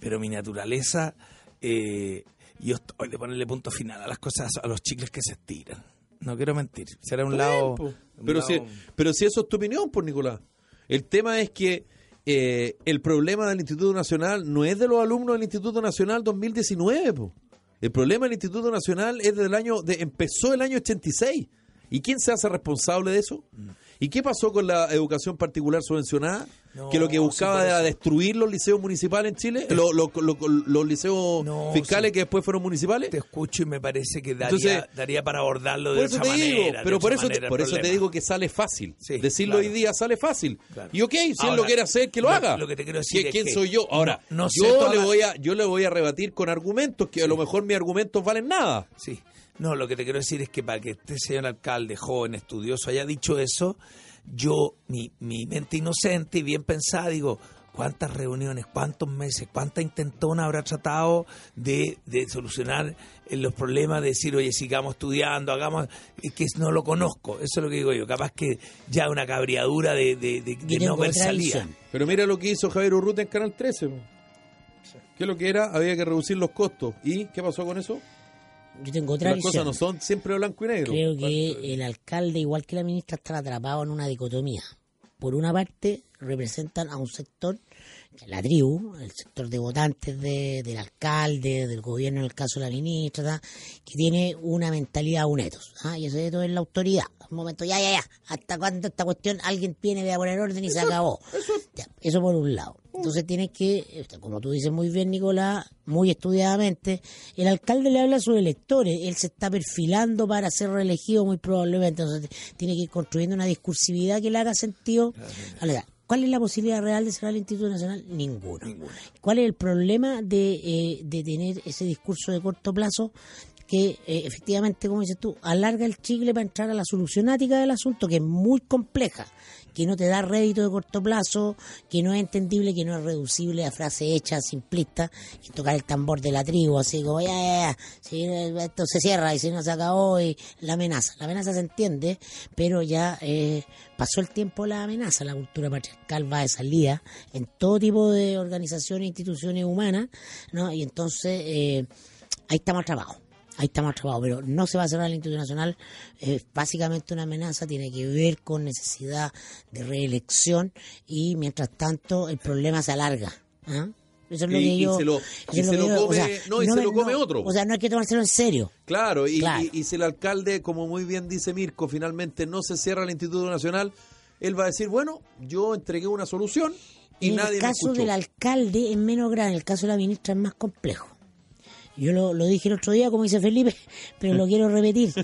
Speaker 3: Pero mi naturaleza, eh, yo estoy de ponerle punto final a las cosas, a los chicles que se estiran. No quiero mentir. Será un lado. un
Speaker 1: Pero
Speaker 3: lado-
Speaker 1: si, pero si eso es tu opinión, pues Nicolás. El tema es que eh, el problema del Instituto Nacional no es de los alumnos del Instituto Nacional 2019. po. El problema del Instituto Nacional es del año de, empezó el año 86. ¿Y quién se hace responsable de eso?
Speaker 3: Mm.
Speaker 1: ¿Y qué pasó con la educación particular subvencionada?
Speaker 3: No,
Speaker 1: que lo que
Speaker 3: sí,
Speaker 1: buscaba
Speaker 3: por
Speaker 1: era
Speaker 3: eso.
Speaker 1: destruir los liceos municipales en Chile, lo- lo- lo- los liceos
Speaker 3: No,
Speaker 1: fiscales
Speaker 3: sí.
Speaker 1: que después fueron municipales.
Speaker 3: Te escucho y me parece que daría,
Speaker 1: Entonces-
Speaker 3: daría para abordarlo de
Speaker 1: Por eso
Speaker 3: otra
Speaker 1: te
Speaker 3: manera.
Speaker 1: digo,
Speaker 3: de
Speaker 1: pero por
Speaker 3: otra
Speaker 1: eso,
Speaker 3: manera el
Speaker 1: por eso te
Speaker 3: problema.
Speaker 1: digo que sale fácil.
Speaker 3: Sí,
Speaker 1: Decirlo
Speaker 3: claro.
Speaker 1: hoy día sale fácil.
Speaker 3: Claro.
Speaker 1: Y ok, si él
Speaker 3: Ahora,
Speaker 1: lo quiere hacer, que lo
Speaker 3: lo-
Speaker 1: haga.
Speaker 3: lo que te quiero decir
Speaker 1: ¿Qué-
Speaker 3: es
Speaker 1: ¿Quién
Speaker 3: que
Speaker 1: soy yo? Ahora,
Speaker 3: no- no sé
Speaker 1: yo,
Speaker 3: toda
Speaker 1: le
Speaker 3: la-
Speaker 1: voy a, yo le voy a rebatir con argumentos que a lo mejor mis argumentos valen nada.
Speaker 3: Sí. No, lo que te quiero decir es que para que este señor alcalde, joven, estudioso, haya dicho eso, yo, mi, mi mente inocente y bien pensada, digo, ¿cuántas reuniones, cuántos meses, cuánta intentona habrá tratado de, de solucionar eh, los problemas, de decir, oye, sigamos estudiando, hagamos, es que no lo conozco, eso es lo que digo yo, capaz que ya una cabreadura de, de, de- de
Speaker 2: Yo tengo
Speaker 3: no ver
Speaker 2: otra
Speaker 3: salida.
Speaker 2: visión.
Speaker 1: Pero mira lo que hizo Javier Urrutia en Canal 13. po. ¿Qué es lo que era? Había que reducir los costos. ¿Y qué pasó con eso?
Speaker 2: Yo tengo
Speaker 1: Que
Speaker 2: otra
Speaker 1: Las cosas
Speaker 2: visión.
Speaker 1: no son siempre blanco y negro.
Speaker 2: Creo que el alcalde, igual que la ministra, está atrapado en una dicotomía. Por una parte, representan a un sector, la tribu, el sector de votantes de- del alcalde, del gobierno, en el caso de la ministra, ¿tá? que tiene una mentalidad unetos. ¿ah? Y eso de todo es la autoridad. Un momento, ya, ya, ya. ¿Hasta cuándo esta cuestión alguien viene de poner orden y se acabó? Ya, eso por un lado. Entonces tienes que, eh, como tú dices muy bien, Nicolás, muy estudiadamente, el alcalde le habla a sus electores, él se está perfilando para ser reelegido muy probablemente, entonces t- tiene que ir construyendo una discursividad que le haga sentido. a la edad. ¿Cuál es la posibilidad real de cerrar el Instituto Nacional? Ninguna. ¿Cuál es el problema de, eh, de tener ese discurso de corto plazo? que eh, efectivamente, como dices tú, alarga el chicle para entrar a la solucionática del asunto, que es muy compleja, que no te da rédito de corto plazo, que no es entendible, que no es reducible a frase hecha, simplista, que tocar el tambor de la tribu, así como, ya, ya, ya, si esto se cierra y si no se acabó, y la amenaza. La amenaza se entiende, pero ya eh, pasó el tiempo de la amenaza, la cultura patriarcal va de salida en todo tipo de organizaciones e instituciones humanas, ¿no? Y entonces... eh, ahí estamos atrapados. ahí estamos atrapados, pero no se va a cerrar la institucional, es básicamente una amenaza, tiene que ver con necesidad de reelección y mientras tanto el problema se alarga. ¿ah? Eso es lo
Speaker 1: Y-
Speaker 2: que
Speaker 1: y
Speaker 2: yo.
Speaker 1: se lo- y
Speaker 2: eso es
Speaker 1: se
Speaker 2: que
Speaker 1: lo
Speaker 2: yo- o sea,
Speaker 1: come- no, y se
Speaker 2: me-
Speaker 1: lo come otro.
Speaker 2: O sea, no hay que tomárselo en serio.
Speaker 1: Claro, y,
Speaker 2: Claro.
Speaker 1: y- y si el alcalde, como muy bien dice Mirko, finalmente no se cierra el Instituto Nacional, él va a decir, bueno, yo entregué una solución y
Speaker 2: en
Speaker 1: nadie
Speaker 2: el
Speaker 1: me
Speaker 2: caso
Speaker 1: escuchó.
Speaker 2: del alcalde es menos grave, en el caso de la ministra es más complejo. Yo lo, lo dije el otro día, como dice Felipe, [LAUGHS] pero lo quiero repetir.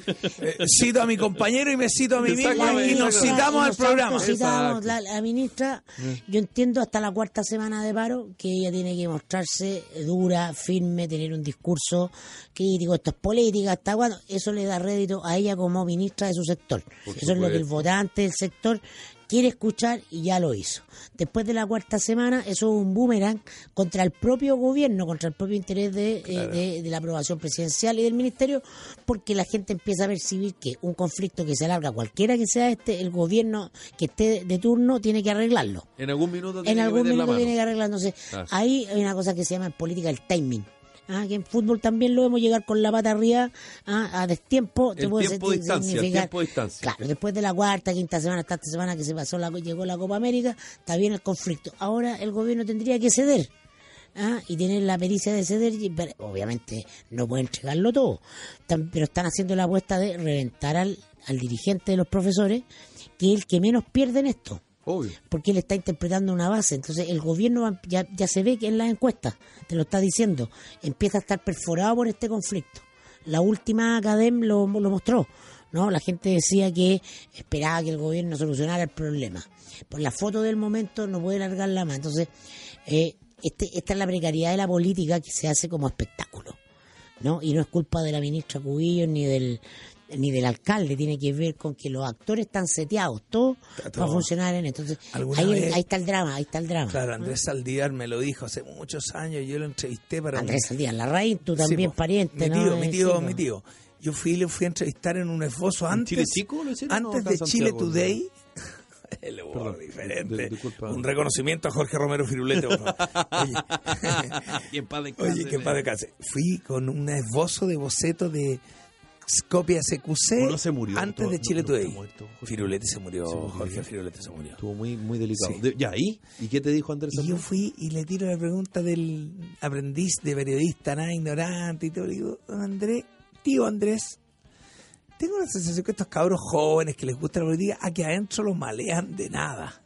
Speaker 3: Eh, cito a mi compañero y me cito a mí mismo
Speaker 1: Exactamente,
Speaker 3: y nos
Speaker 1: exactamente.
Speaker 3: citamos al
Speaker 2: nosotros
Speaker 3: programa.
Speaker 2: citamos,
Speaker 1: Exacto.
Speaker 2: la, la ministra, yo entiendo hasta la cuarta semana de paro que ella tiene que mostrarse dura, firme, tener un discurso crítico, esto es política, hasta cuándo. Eso le da rédito a ella como ministra de su sector.
Speaker 1: Por
Speaker 2: Eso es lo que el
Speaker 1: supuesto.
Speaker 2: votante del sector quiere escuchar y ya lo hizo. Después de la cuarta semana, eso es un boomerang contra el propio gobierno, contra el propio interés de, eh, de- de la aprobación presidencial y del ministerio, porque la gente empieza a percibir que un conflicto que se alarga, cualquiera que sea este, el gobierno que esté de turno tiene que arreglarlo.
Speaker 1: En algún minuto
Speaker 2: En
Speaker 1: tiene que
Speaker 2: algún
Speaker 1: meter la
Speaker 2: minuto
Speaker 1: mano.
Speaker 2: tiene que arreglándose.
Speaker 1: Claro.
Speaker 2: Ahí hay una cosa que se llama en política el timing. Ah, que en fútbol también lo vemos llegar con la pata arriba ah, a destiempo. te
Speaker 1: El
Speaker 2: puede
Speaker 1: tiempo
Speaker 2: sen-
Speaker 1: distancia, el
Speaker 2: significar-
Speaker 1: tiempo distancia.
Speaker 2: Claro, después de la cuarta, quinta semana, esta semana que se pasó la, llegó la Copa América, está bien el conflicto. Ahora el gobierno tendría que ceder. Ah, y tienen la pericia de ceder, y- pero obviamente no pueden entregarlo todo, Tan- pero están haciendo la apuesta de reventar al, al dirigente de los profesores, que es el que menos pierde en esto
Speaker 1: Obvio.
Speaker 2: porque él está interpretando una base. Entonces el gobierno va- ya, ya se ve que en las encuestas, te lo está diciendo, empieza a estar perforado por este conflicto. La última Academ lo, lo mostró, ¿no? La gente decía que esperaba que el gobierno solucionara el problema. Por la foto del momento no puede largar la mano. Entonces, eh, este, esta es la precariedad de la política que se hace como espectáculo. ¿no? Y no es culpa de la ministra Cubillos ni del ni del alcalde, tiene que ver con que los actores están seteados, todo va a funcionar en esto. Entonces,
Speaker 3: ¿Alguna
Speaker 2: ahí,
Speaker 3: vez?
Speaker 2: ahí está el drama, ahí está el drama.
Speaker 3: Claro, Andrés Saldívar me lo dijo hace muchos años, yo lo entrevisté para...
Speaker 2: Andrés Saldías Larraín, tú
Speaker 3: Sí,
Speaker 2: también
Speaker 3: po.
Speaker 2: pariente,
Speaker 3: mi
Speaker 2: ¿no?
Speaker 3: tío,
Speaker 2: Eh,
Speaker 3: Mi
Speaker 2: sí,
Speaker 3: tío,
Speaker 2: po.
Speaker 3: mi tío. Yo fui, le fui a entrevistar en un esbozo antes.
Speaker 1: Chile Chico lo hicieron,
Speaker 3: Antes
Speaker 1: no, acá
Speaker 3: de
Speaker 1: en
Speaker 3: Chile
Speaker 1: Santiago, ¿no?
Speaker 3: Today. [LAUGHS] El humor
Speaker 1: Perdón,
Speaker 3: diferente.
Speaker 1: di- disculpa.
Speaker 3: Un reconocimiento a Jorge Romero Firulete. por
Speaker 1: [LAUGHS]
Speaker 3: favor. Oye,
Speaker 1: Y en paz descanse,
Speaker 3: oye, que
Speaker 1: me-
Speaker 3: para descanse. Fui con un esbozo de boceto de copia SQC
Speaker 1: Uno se murió,
Speaker 3: antes
Speaker 1: todo-
Speaker 3: de
Speaker 1: no,
Speaker 3: Chile
Speaker 1: no,
Speaker 3: Today.
Speaker 1: está muerto, Jorge.
Speaker 3: Firulete se murió,
Speaker 1: Se murió.
Speaker 3: Jorge Firulete se murió.
Speaker 1: Estuvo muy, muy delicado.
Speaker 3: Sí.
Speaker 1: De- ya, ¿y? ¿Y qué te dijo Andrés
Speaker 3: Y yo
Speaker 1: Saldívar?
Speaker 3: fui y le tiro la pregunta del aprendiz de periodista, nada ignorante y todo. Le digo, don Andrés, tío Andrés, tengo la sensación que estos cabros jóvenes que les gusta la política, aquí adentro los malean de nada.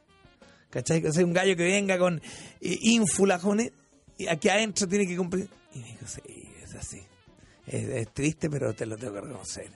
Speaker 3: ¿Cachai? Que sea un gallo que venga con eh, ínfula, jóvenes, y aquí adentro tiene que cumplir. Y me dijo, sí, es así. Es, es triste, pero te lo tengo que reconocer.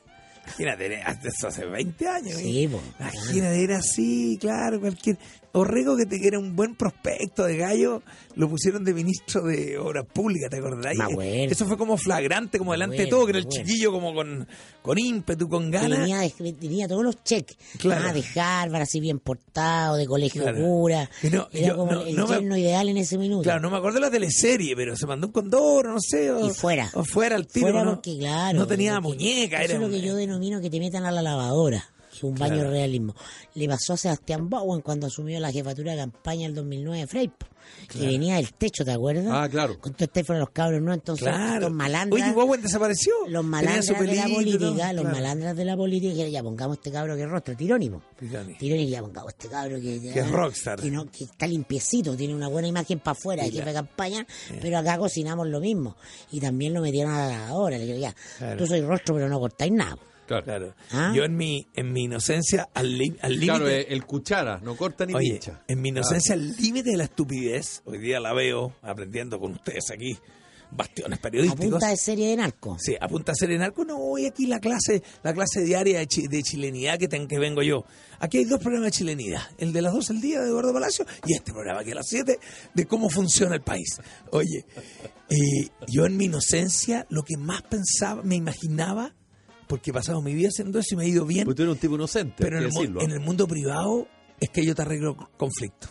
Speaker 3: Imagínate, [LAUGHS] hasta hace 20 años.
Speaker 2: Sí, po.
Speaker 3: Imagínate, era así, claro, cualquier. Orrego que te que era un buen prospecto de gallo, lo pusieron de ministro de Obras Públicas, ¿te acordás?
Speaker 2: Me acuerdo.
Speaker 3: Eso fue como flagrante, como
Speaker 2: Me
Speaker 3: delante de
Speaker 2: acuerdo,
Speaker 3: todo, que
Speaker 2: me
Speaker 3: era el
Speaker 2: acuerdo.
Speaker 3: chiquillo como con, con ímpetu, con
Speaker 2: Que
Speaker 3: ganas.
Speaker 2: Tenía, de- tenía todos los cheques
Speaker 3: Claro.
Speaker 2: Ah, de Harvard, así bien portado, de colegio
Speaker 3: Claro.
Speaker 2: cura.
Speaker 3: Y no,
Speaker 2: Era
Speaker 3: yo-
Speaker 2: como
Speaker 3: no-
Speaker 2: el
Speaker 3: no me-
Speaker 2: yerno ideal en ese minuto.
Speaker 3: Claro, no me acuerdo de la teleserie, pero se mandó un condor, no sé. O,
Speaker 2: Y fuera.
Speaker 3: O fuera al tiro.
Speaker 2: Fuera
Speaker 3: ¿no?
Speaker 2: porque, claro.
Speaker 3: No tenía
Speaker 2: porque Eso
Speaker 3: muñeca, era.
Speaker 2: es lo que
Speaker 3: un- eh.
Speaker 2: yo denomino que te metan a la lavadora, que es un baño de realismo. Le pasó a Sebastián Bowen cuando asumió la jefatura de campaña en el 2009 de Freipo, que venía del techo, ¿te acuerdas?
Speaker 1: Ah, claro.
Speaker 2: Con todo el teléfono de los cabros, ¿no? Entonces,
Speaker 3: Claro.
Speaker 2: los malandras.
Speaker 3: Oye, Bowen desapareció.
Speaker 2: los
Speaker 3: Tenía
Speaker 2: malandras
Speaker 3: su
Speaker 2: de la
Speaker 3: pelito y todo,
Speaker 2: política, los
Speaker 3: claro.
Speaker 2: malandras de la política, dijeron, ya pongamos este cabro que es rostro, tirónimo.
Speaker 3: Fíjate.
Speaker 2: Tirones ya pongamos este cabro que,
Speaker 3: Que es rockstar.
Speaker 2: Que, no- que está limpiecito, tiene una buena imagen para afuera, de jefe de campaña, pero acá cocinamos lo mismo. Y también lo metieron a la lavadora. Le digo, ya,
Speaker 3: Claro.
Speaker 2: tú soy rostro, pero no cortáis nada.
Speaker 1: Claro, claro,
Speaker 3: Claro.
Speaker 2: ¿Ah?
Speaker 3: Yo en mi, en mi inocencia, al li- al límite.
Speaker 1: eh, el cuchara, no corta ni
Speaker 3: Oye,
Speaker 1: pincha.
Speaker 3: en mi inocencia, al límite de la estupidez, hoy día la veo aprendiendo con ustedes aquí, bastiones
Speaker 2: A
Speaker 3: periodísticos.
Speaker 2: punta de serie de narco.
Speaker 3: Sí, apunta a ser enarco. No, hoy aquí la clase, la clase diaria de, chi- de chilenidad que, ten- que vengo yo. Aquí hay dos programas de chilenidad. El de las 12 al día de Eduardo Palacio y este programa aquí a las 7 de cómo funciona el país. Oye, eh, yo en mi inocencia lo que más pensaba, me imaginaba, porque he pasado mi vida haciendo eso y me ha ido bien.
Speaker 1: Porque tú eres un tipo inocente,
Speaker 3: Pero
Speaker 1: hay
Speaker 3: en
Speaker 1: que
Speaker 3: el, mu-
Speaker 1: decirlo.
Speaker 3: en el mundo privado es que yo te arreglo conflicto.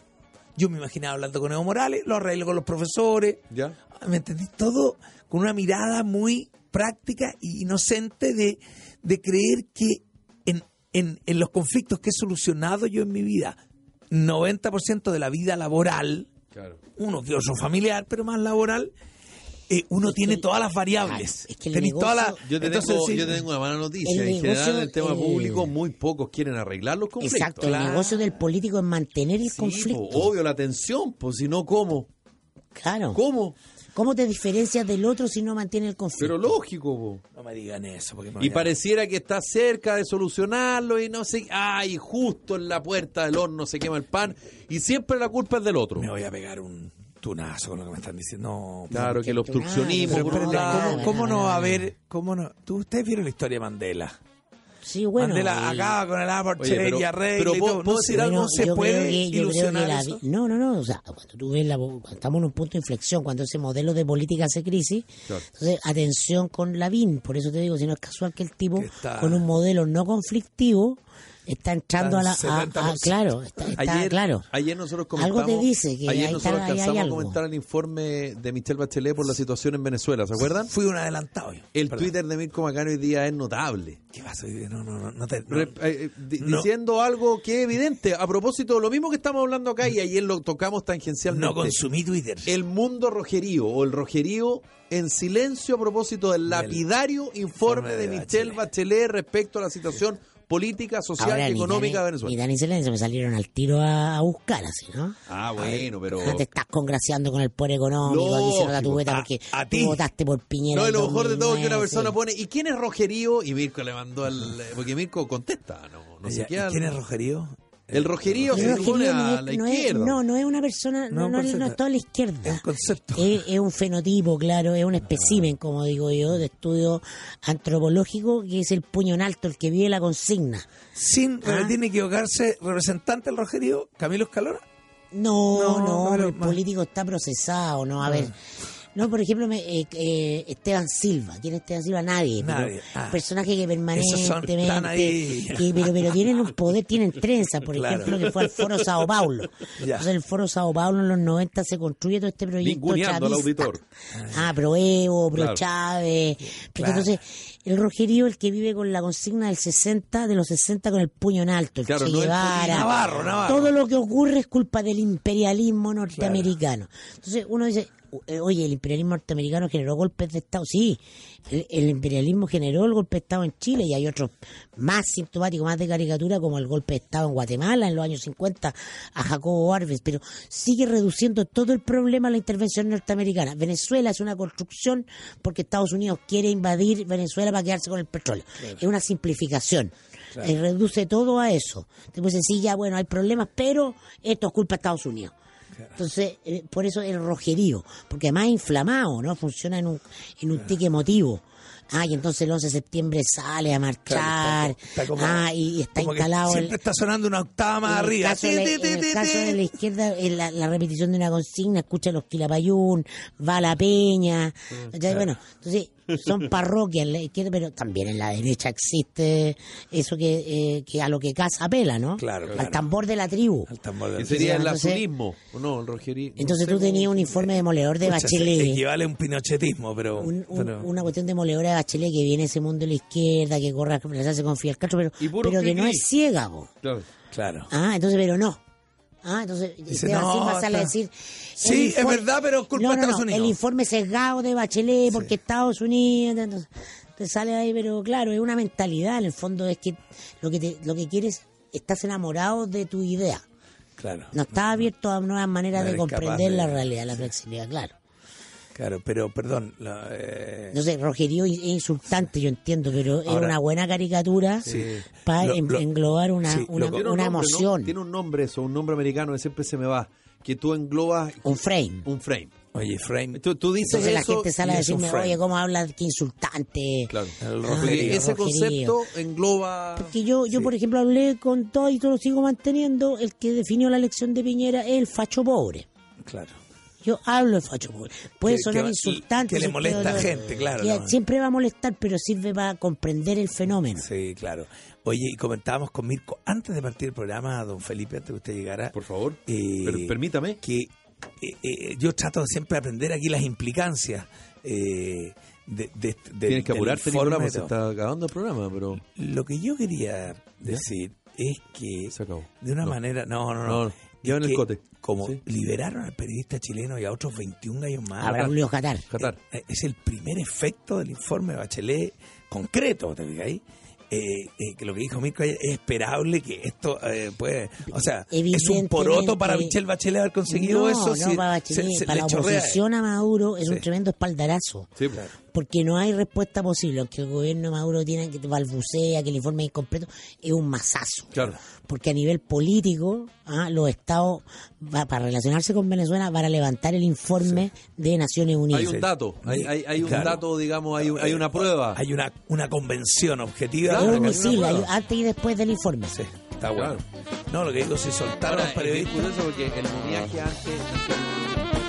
Speaker 3: Yo me imaginaba hablando con Evo Morales, lo arreglo con los profesores.
Speaker 1: ¿Ya?
Speaker 3: ¿Me entendí? Todo con una mirada muy práctica e inocente de, de creer que en, en- en los conflictos que he solucionado yo en mi vida, 90% de la vida laboral,
Speaker 1: Claro.
Speaker 3: uno que otro familiar, pero más laboral, eh, uno
Speaker 2: Es
Speaker 3: tiene
Speaker 2: que-
Speaker 3: todas las variables.
Speaker 2: Claro, es que el
Speaker 3: Tenés todas
Speaker 2: negocio-
Speaker 3: las-
Speaker 1: Yo te,
Speaker 3: entonces,
Speaker 1: tengo,
Speaker 3: sí.
Speaker 1: yo te tengo una mala noticia.
Speaker 2: El
Speaker 1: en general, en
Speaker 2: negocio,
Speaker 1: el tema
Speaker 2: eh,
Speaker 1: público, muy pocos quieren arreglar los conflictos.
Speaker 2: Exacto,
Speaker 1: Claro.
Speaker 2: el negocio del político es mantener el
Speaker 1: Sí,
Speaker 2: conflicto.
Speaker 1: po, obvio, la tensión, pues si no, ¿cómo?
Speaker 2: Claro.
Speaker 1: ¿Cómo?
Speaker 2: ¿Cómo te diferencias del otro si no mantiene el conflicto?
Speaker 1: Pero lógico, po.
Speaker 3: No me digan eso. Porque me
Speaker 1: Y
Speaker 3: van a-
Speaker 1: pareciera que está cerca de solucionarlo y no sé. ¡Ay! Justo en la puerta del horno se quema el pan y siempre la culpa es del otro.
Speaker 3: Me voy a pegar un tunazo con lo que me están diciendo. No,
Speaker 1: Claro, que el
Speaker 2: Claro,
Speaker 1: obstruccionismo.
Speaker 3: Pero
Speaker 2: Pero
Speaker 1: por un
Speaker 3: espérate,
Speaker 1: lado.
Speaker 3: ¿cómo,
Speaker 2: no,
Speaker 3: cómo
Speaker 2: no,
Speaker 3: no va a
Speaker 2: no.
Speaker 3: haber, cómo no? ¿Tú, ustedes vieron la historia de Mandela.
Speaker 2: Sí, bueno.
Speaker 3: Mandela
Speaker 2: y-
Speaker 3: acaba con el
Speaker 1: Oye,
Speaker 3: apartheid
Speaker 1: pero-
Speaker 3: y arregla
Speaker 1: pero
Speaker 3: y
Speaker 1: ¿puedo-
Speaker 3: todo.
Speaker 1: puedo
Speaker 3: No sé,
Speaker 1: decir algo?
Speaker 3: no se
Speaker 2: yo creo
Speaker 3: puede
Speaker 2: que- yo creo
Speaker 3: ilusionar
Speaker 2: que la-
Speaker 3: eso.
Speaker 2: No, no, no. O sea, cuando tú ves la. cuando Estamos en un punto de inflexión, cuando ese modelo de política hace crisis.
Speaker 1: Claro.
Speaker 2: Entonces, atención con Lavín. Por eso te digo, si no es casual que el tipo,
Speaker 3: Que está-
Speaker 2: con un modelo no conflictivo, está entrando a la.
Speaker 3: Está en
Speaker 2: a- a-
Speaker 3: 70%.
Speaker 2: claro, está, está-
Speaker 1: Ayer,
Speaker 2: claro.
Speaker 1: ayer nosotros
Speaker 2: Algo
Speaker 1: comentamos.
Speaker 2: te dice que
Speaker 1: ayer
Speaker 2: ahí
Speaker 1: nosotros
Speaker 2: está- ahí hay
Speaker 1: alcanzamos a
Speaker 2: algo.
Speaker 1: comentar el informe de Michelle Bachelet por la situación en Venezuela, ¿se acuerdan?
Speaker 3: Fui un adelantado yo.
Speaker 1: El
Speaker 3: Perdón.
Speaker 1: Twitter de Mirko Macano hoy día es notable.
Speaker 3: ¿Qué pasa? No, no, no, no te. no.
Speaker 1: Re- eh, eh, di-
Speaker 3: No.
Speaker 1: Diciendo algo que es evidente. A propósito, de lo mismo que estamos hablando acá y ayer lo tocamos tangencialmente.
Speaker 3: No consumí Twitter.
Speaker 1: El mundo rogerío o el rogerío en silencio a propósito del lapidario informe de,
Speaker 3: de
Speaker 1: Michelle
Speaker 3: Bachelet.
Speaker 1: Bachelet respecto a la situación política, social
Speaker 2: Ahora, eh,
Speaker 1: y
Speaker 2: ni
Speaker 1: económica
Speaker 2: Dani-
Speaker 1: de
Speaker 2: Ni
Speaker 1: Venezuela.
Speaker 2: Dani Celén se me salieron al tiro a, a buscar, así, ¿no?
Speaker 1: Ah, bueno, pero...
Speaker 2: Ah, te estás congraciando con el poder económico, aquí se
Speaker 1: Lógico.
Speaker 2: nota tu
Speaker 1: A-
Speaker 2: veta porque
Speaker 3: a
Speaker 2: tú
Speaker 3: ti.
Speaker 2: votaste por Piñera.
Speaker 1: No, y
Speaker 2: en
Speaker 1: lo mejor de todo es que una
Speaker 2: 2009,
Speaker 1: persona
Speaker 2: sí.
Speaker 1: pone, ¿y quién es Rogerío? Y Mirko le mandó al... eh, Porque Mirco contesta, no, no
Speaker 3: Ya,
Speaker 1: sé
Speaker 3: ¿y
Speaker 1: qué. al-
Speaker 3: ¿Quién es Rogerío?
Speaker 1: El Rogerío
Speaker 2: Pero
Speaker 1: se
Speaker 2: Rogelio
Speaker 1: supone
Speaker 2: no
Speaker 1: a
Speaker 2: es-
Speaker 1: la
Speaker 2: no es-
Speaker 1: izquierda.
Speaker 2: no, no es una persona, no,
Speaker 3: No,
Speaker 2: no,
Speaker 3: por
Speaker 2: no,
Speaker 3: eso-
Speaker 2: es toda la
Speaker 3: Es un
Speaker 2: izquierda.
Speaker 3: concepto.
Speaker 2: Es, es un fenotipo, claro, es un espécimen, como digo yo, de estudio antropológico, que es el puño en alto, el que vive la consigna.
Speaker 3: Sin
Speaker 2: Ah.
Speaker 3: tiene equivocarse, representante del Rogerío, Camilo Escalona.
Speaker 2: No,
Speaker 3: No,
Speaker 2: no,
Speaker 3: pero
Speaker 2: el
Speaker 3: más-
Speaker 2: político está procesado, no, a ver. No, por ejemplo, me- eh, eh, Esteban Silva. ¿Quién es Esteban Silva? Nadie. pero
Speaker 3: Nadie, ah.
Speaker 2: un personaje que
Speaker 3: Esos son- [LAUGHS]
Speaker 2: permanentemente.
Speaker 3: están ahí.
Speaker 2: que- pero, pero tienen un poder, tienen trenza, por
Speaker 3: Claro.
Speaker 2: ejemplo, que fue al Foro Sao Paulo.
Speaker 3: [LAUGHS] Ya.
Speaker 2: Entonces, el Foro Sao Paulo en los 90 se construye todo este proyecto.
Speaker 1: Ninguneando al
Speaker 2: chavista.
Speaker 1: auditor.
Speaker 2: Ah, pro Evo, pro
Speaker 1: Claro.
Speaker 2: Chávez. Pero
Speaker 3: Claro.
Speaker 2: Entonces, el Rogerío, el que vive con la consigna del 60, de los 60 con el puño en alto, el
Speaker 1: Claro,
Speaker 2: Che
Speaker 1: no el
Speaker 2: Guevara.
Speaker 3: Navarro, Navarro.
Speaker 2: Todo lo que ocurre es culpa del imperialismo norteamericano. Entonces uno dice, o- eh, oye, el imperialismo norteamericano generó golpes de Estado. Sí, el, el imperialismo generó el golpe de Estado en Chile y hay otros más sintomáticos, más de caricatura, como el golpe de Estado en Guatemala en los años 50 a Jacobo Arves, pero sigue reduciendo todo el problema a la intervención norteamericana. Venezuela es una construcción porque Estados Unidos quiere invadir Venezuela para quedarse con el petróleo. Es una simplificación. Eh, reduce todo a eso. Después dice, sí, ya bueno, hay problemas, pero esto es culpa de Estados Unidos. Entonces, eh, por eso el rojerío, porque además es inflamado, ¿no? Funciona en un, en un tique emotivo. Ah, y entonces el 11 de septiembre sale a marchar.
Speaker 3: Claro, está como-
Speaker 2: ah, y, y está
Speaker 3: como que
Speaker 2: instalado el-
Speaker 3: Siempre está sonando una octava más
Speaker 2: en el
Speaker 3: arriba.
Speaker 2: caso de la-
Speaker 3: Ti,
Speaker 2: en
Speaker 3: ti,
Speaker 2: el
Speaker 3: ti,
Speaker 2: caso
Speaker 3: ti.
Speaker 2: de la izquierda, eh, la, la repetición de una consigna, escucha los Quilapayún, va a la Peña.
Speaker 3: Mm,
Speaker 2: ¿cachai? Bueno, entonces
Speaker 3: [LAUGHS]
Speaker 2: son parroquias en la izquierda, pero también en la derecha existe eso que, eh, que a lo que Cas apela, ¿no?
Speaker 3: Claro,
Speaker 2: Al
Speaker 3: claro.
Speaker 2: tambor de la tribu.
Speaker 3: Al tambor del-
Speaker 1: Que sería el
Speaker 2: Entonces-
Speaker 1: azulismo. ¿o No, el Rogerío. no
Speaker 2: Entonces
Speaker 1: sé
Speaker 2: tú
Speaker 1: cómo-
Speaker 2: tenías un informe demoledor de
Speaker 3: Pucha, se-
Speaker 2: Bachelet.
Speaker 3: Equivale a un pinochetismo, pero.
Speaker 2: un- un-
Speaker 3: pero-
Speaker 2: una cuestión demoledora de Bachelet que viene ese mundo de la izquierda, que corre a reemplazarse con Fidel Castro, pero,
Speaker 1: Y puro
Speaker 2: pero que no
Speaker 1: cri-cri.
Speaker 2: es ciega, po.
Speaker 1: Claro.
Speaker 3: Claro.
Speaker 2: Ah, entonces, pero no. Ah, entonces Esteban
Speaker 3: no,
Speaker 2: Silva sale a
Speaker 3: está-
Speaker 2: decir...
Speaker 3: Sí,
Speaker 2: el
Speaker 3: es verdad, pero es culpa
Speaker 2: No,
Speaker 3: de
Speaker 2: no,
Speaker 3: Estados
Speaker 2: no,
Speaker 3: Unidos.
Speaker 2: El informe sesgado de Bachelet porque Estados Unidos... Entonces, entonces sale ahí, pero claro, es una mentalidad. En el fondo es que lo que, te- lo que quieres, estás enamorado de tu idea.
Speaker 3: Claro.
Speaker 2: No estás abierto a nuevas maneras
Speaker 3: No
Speaker 2: de
Speaker 3: eres capaz
Speaker 2: comprender
Speaker 3: de-
Speaker 2: la realidad, la flexibilidad, claro.
Speaker 3: Claro, pero perdón. la, eh,
Speaker 2: No sé, Rogerío es insultante, yo entiendo, pero es
Speaker 3: Ahora-
Speaker 2: una buena caricatura para
Speaker 3: Lo-
Speaker 2: en-
Speaker 3: lo-
Speaker 2: englobar una,
Speaker 3: sí,
Speaker 2: una,
Speaker 3: lo-
Speaker 1: Tiene un
Speaker 2: una
Speaker 1: nombre, ¿no?
Speaker 2: emoción,
Speaker 1: Tiene un nombre eso, un nombre americano que siempre se me va. Que tú englobas
Speaker 2: un frame.
Speaker 1: un frame.
Speaker 3: Oye, Frame.
Speaker 1: Tú, tú dices
Speaker 2: Entonces la
Speaker 1: eso
Speaker 2: gente sale a
Speaker 3: y es un
Speaker 2: decirme,
Speaker 3: frame.
Speaker 2: oye, ¿cómo hablas? Qué insultante.
Speaker 1: Claro.
Speaker 3: El
Speaker 2: Ah,
Speaker 3: Rogerío.
Speaker 1: Porque ese
Speaker 2: Rogerío.
Speaker 1: concepto engloba...
Speaker 2: Porque yo, yo por ejemplo, hablé con todo y todo lo sigo manteniendo, el que definió la elección de Piñera es el facho pobre.
Speaker 3: Claro.
Speaker 2: Yo hablo de facho pobre. Puede
Speaker 3: Que-
Speaker 2: sonar
Speaker 3: que-
Speaker 2: insultante.
Speaker 3: que le
Speaker 2: eso es
Speaker 3: molesta
Speaker 2: peor.
Speaker 3: a gente, claro,
Speaker 2: Que
Speaker 3: no.
Speaker 2: Siempre va a molestar, pero sirve para comprender el fenómeno.
Speaker 3: Sí, claro. Oye, y comentábamos con Mirko, antes de partir el programa, don Felipe, antes que usted llegara.
Speaker 1: Por favor,
Speaker 3: eh,
Speaker 1: per- permítame.
Speaker 3: Que eh, eh, yo trato de siempre aprender aquí las implicancias. eh, de, de, de-
Speaker 1: Tienes que
Speaker 3: del
Speaker 1: apurarte,
Speaker 3: informe
Speaker 1: Nicolás,
Speaker 3: de
Speaker 1: porque se está
Speaker 3: todo.
Speaker 1: acabando el programa, pero...
Speaker 3: Lo que yo quería decir es que
Speaker 1: Se acabó.
Speaker 3: de una
Speaker 1: No.
Speaker 3: manera, no, no,
Speaker 1: No,
Speaker 3: no.
Speaker 1: no. Llevan
Speaker 3: Es
Speaker 1: el
Speaker 3: que
Speaker 1: cote.
Speaker 3: Como
Speaker 1: Sí.
Speaker 3: liberaron al periodista chileno y a otros 21 gallos más.
Speaker 2: A Braulio Catar.
Speaker 1: Qatar.
Speaker 3: Eh, Es el primer efecto del informe de Bachelet concreto, ¿te fijas ahí? Eh, eh, que lo que dijo Mirko ayer, es esperable que esto eh, puede o sea es un
Speaker 2: Evidentemente.
Speaker 3: poroto para Michelle Bachelet haber conseguido
Speaker 2: no,
Speaker 3: eso
Speaker 2: no,
Speaker 3: si
Speaker 2: para
Speaker 3: se-
Speaker 2: Bachelet,
Speaker 3: se
Speaker 2: para
Speaker 3: le
Speaker 2: la
Speaker 3: chorrea.
Speaker 2: oposición a Maduro es un
Speaker 3: Sí.
Speaker 2: tremendo espaldarazo.
Speaker 1: Sí, pues.
Speaker 2: porque no hay respuesta posible, aunque el gobierno de Maduro tiene que balbucea, que el informe es incompleto, es un masazo.
Speaker 1: Claro.
Speaker 2: Porque a nivel político, ah, los estados, va- para relacionarse con Venezuela, van a levantar el informe de Naciones Unidas.
Speaker 1: Hay un dato, hay, hay, hay un
Speaker 3: Claro.
Speaker 1: dato, digamos, hay, un- hay una prueba.
Speaker 3: hay una una convención objetiva
Speaker 1: Claro,
Speaker 2: Hay un
Speaker 1: hay una
Speaker 2: misil, hay un-
Speaker 1: prueba.
Speaker 2: antes y después del informe.
Speaker 3: Sí, está bueno. No, lo que digo, si soltaron
Speaker 1: Ahora,
Speaker 3: los periodistas.
Speaker 1: es curioso porque el viaje antes...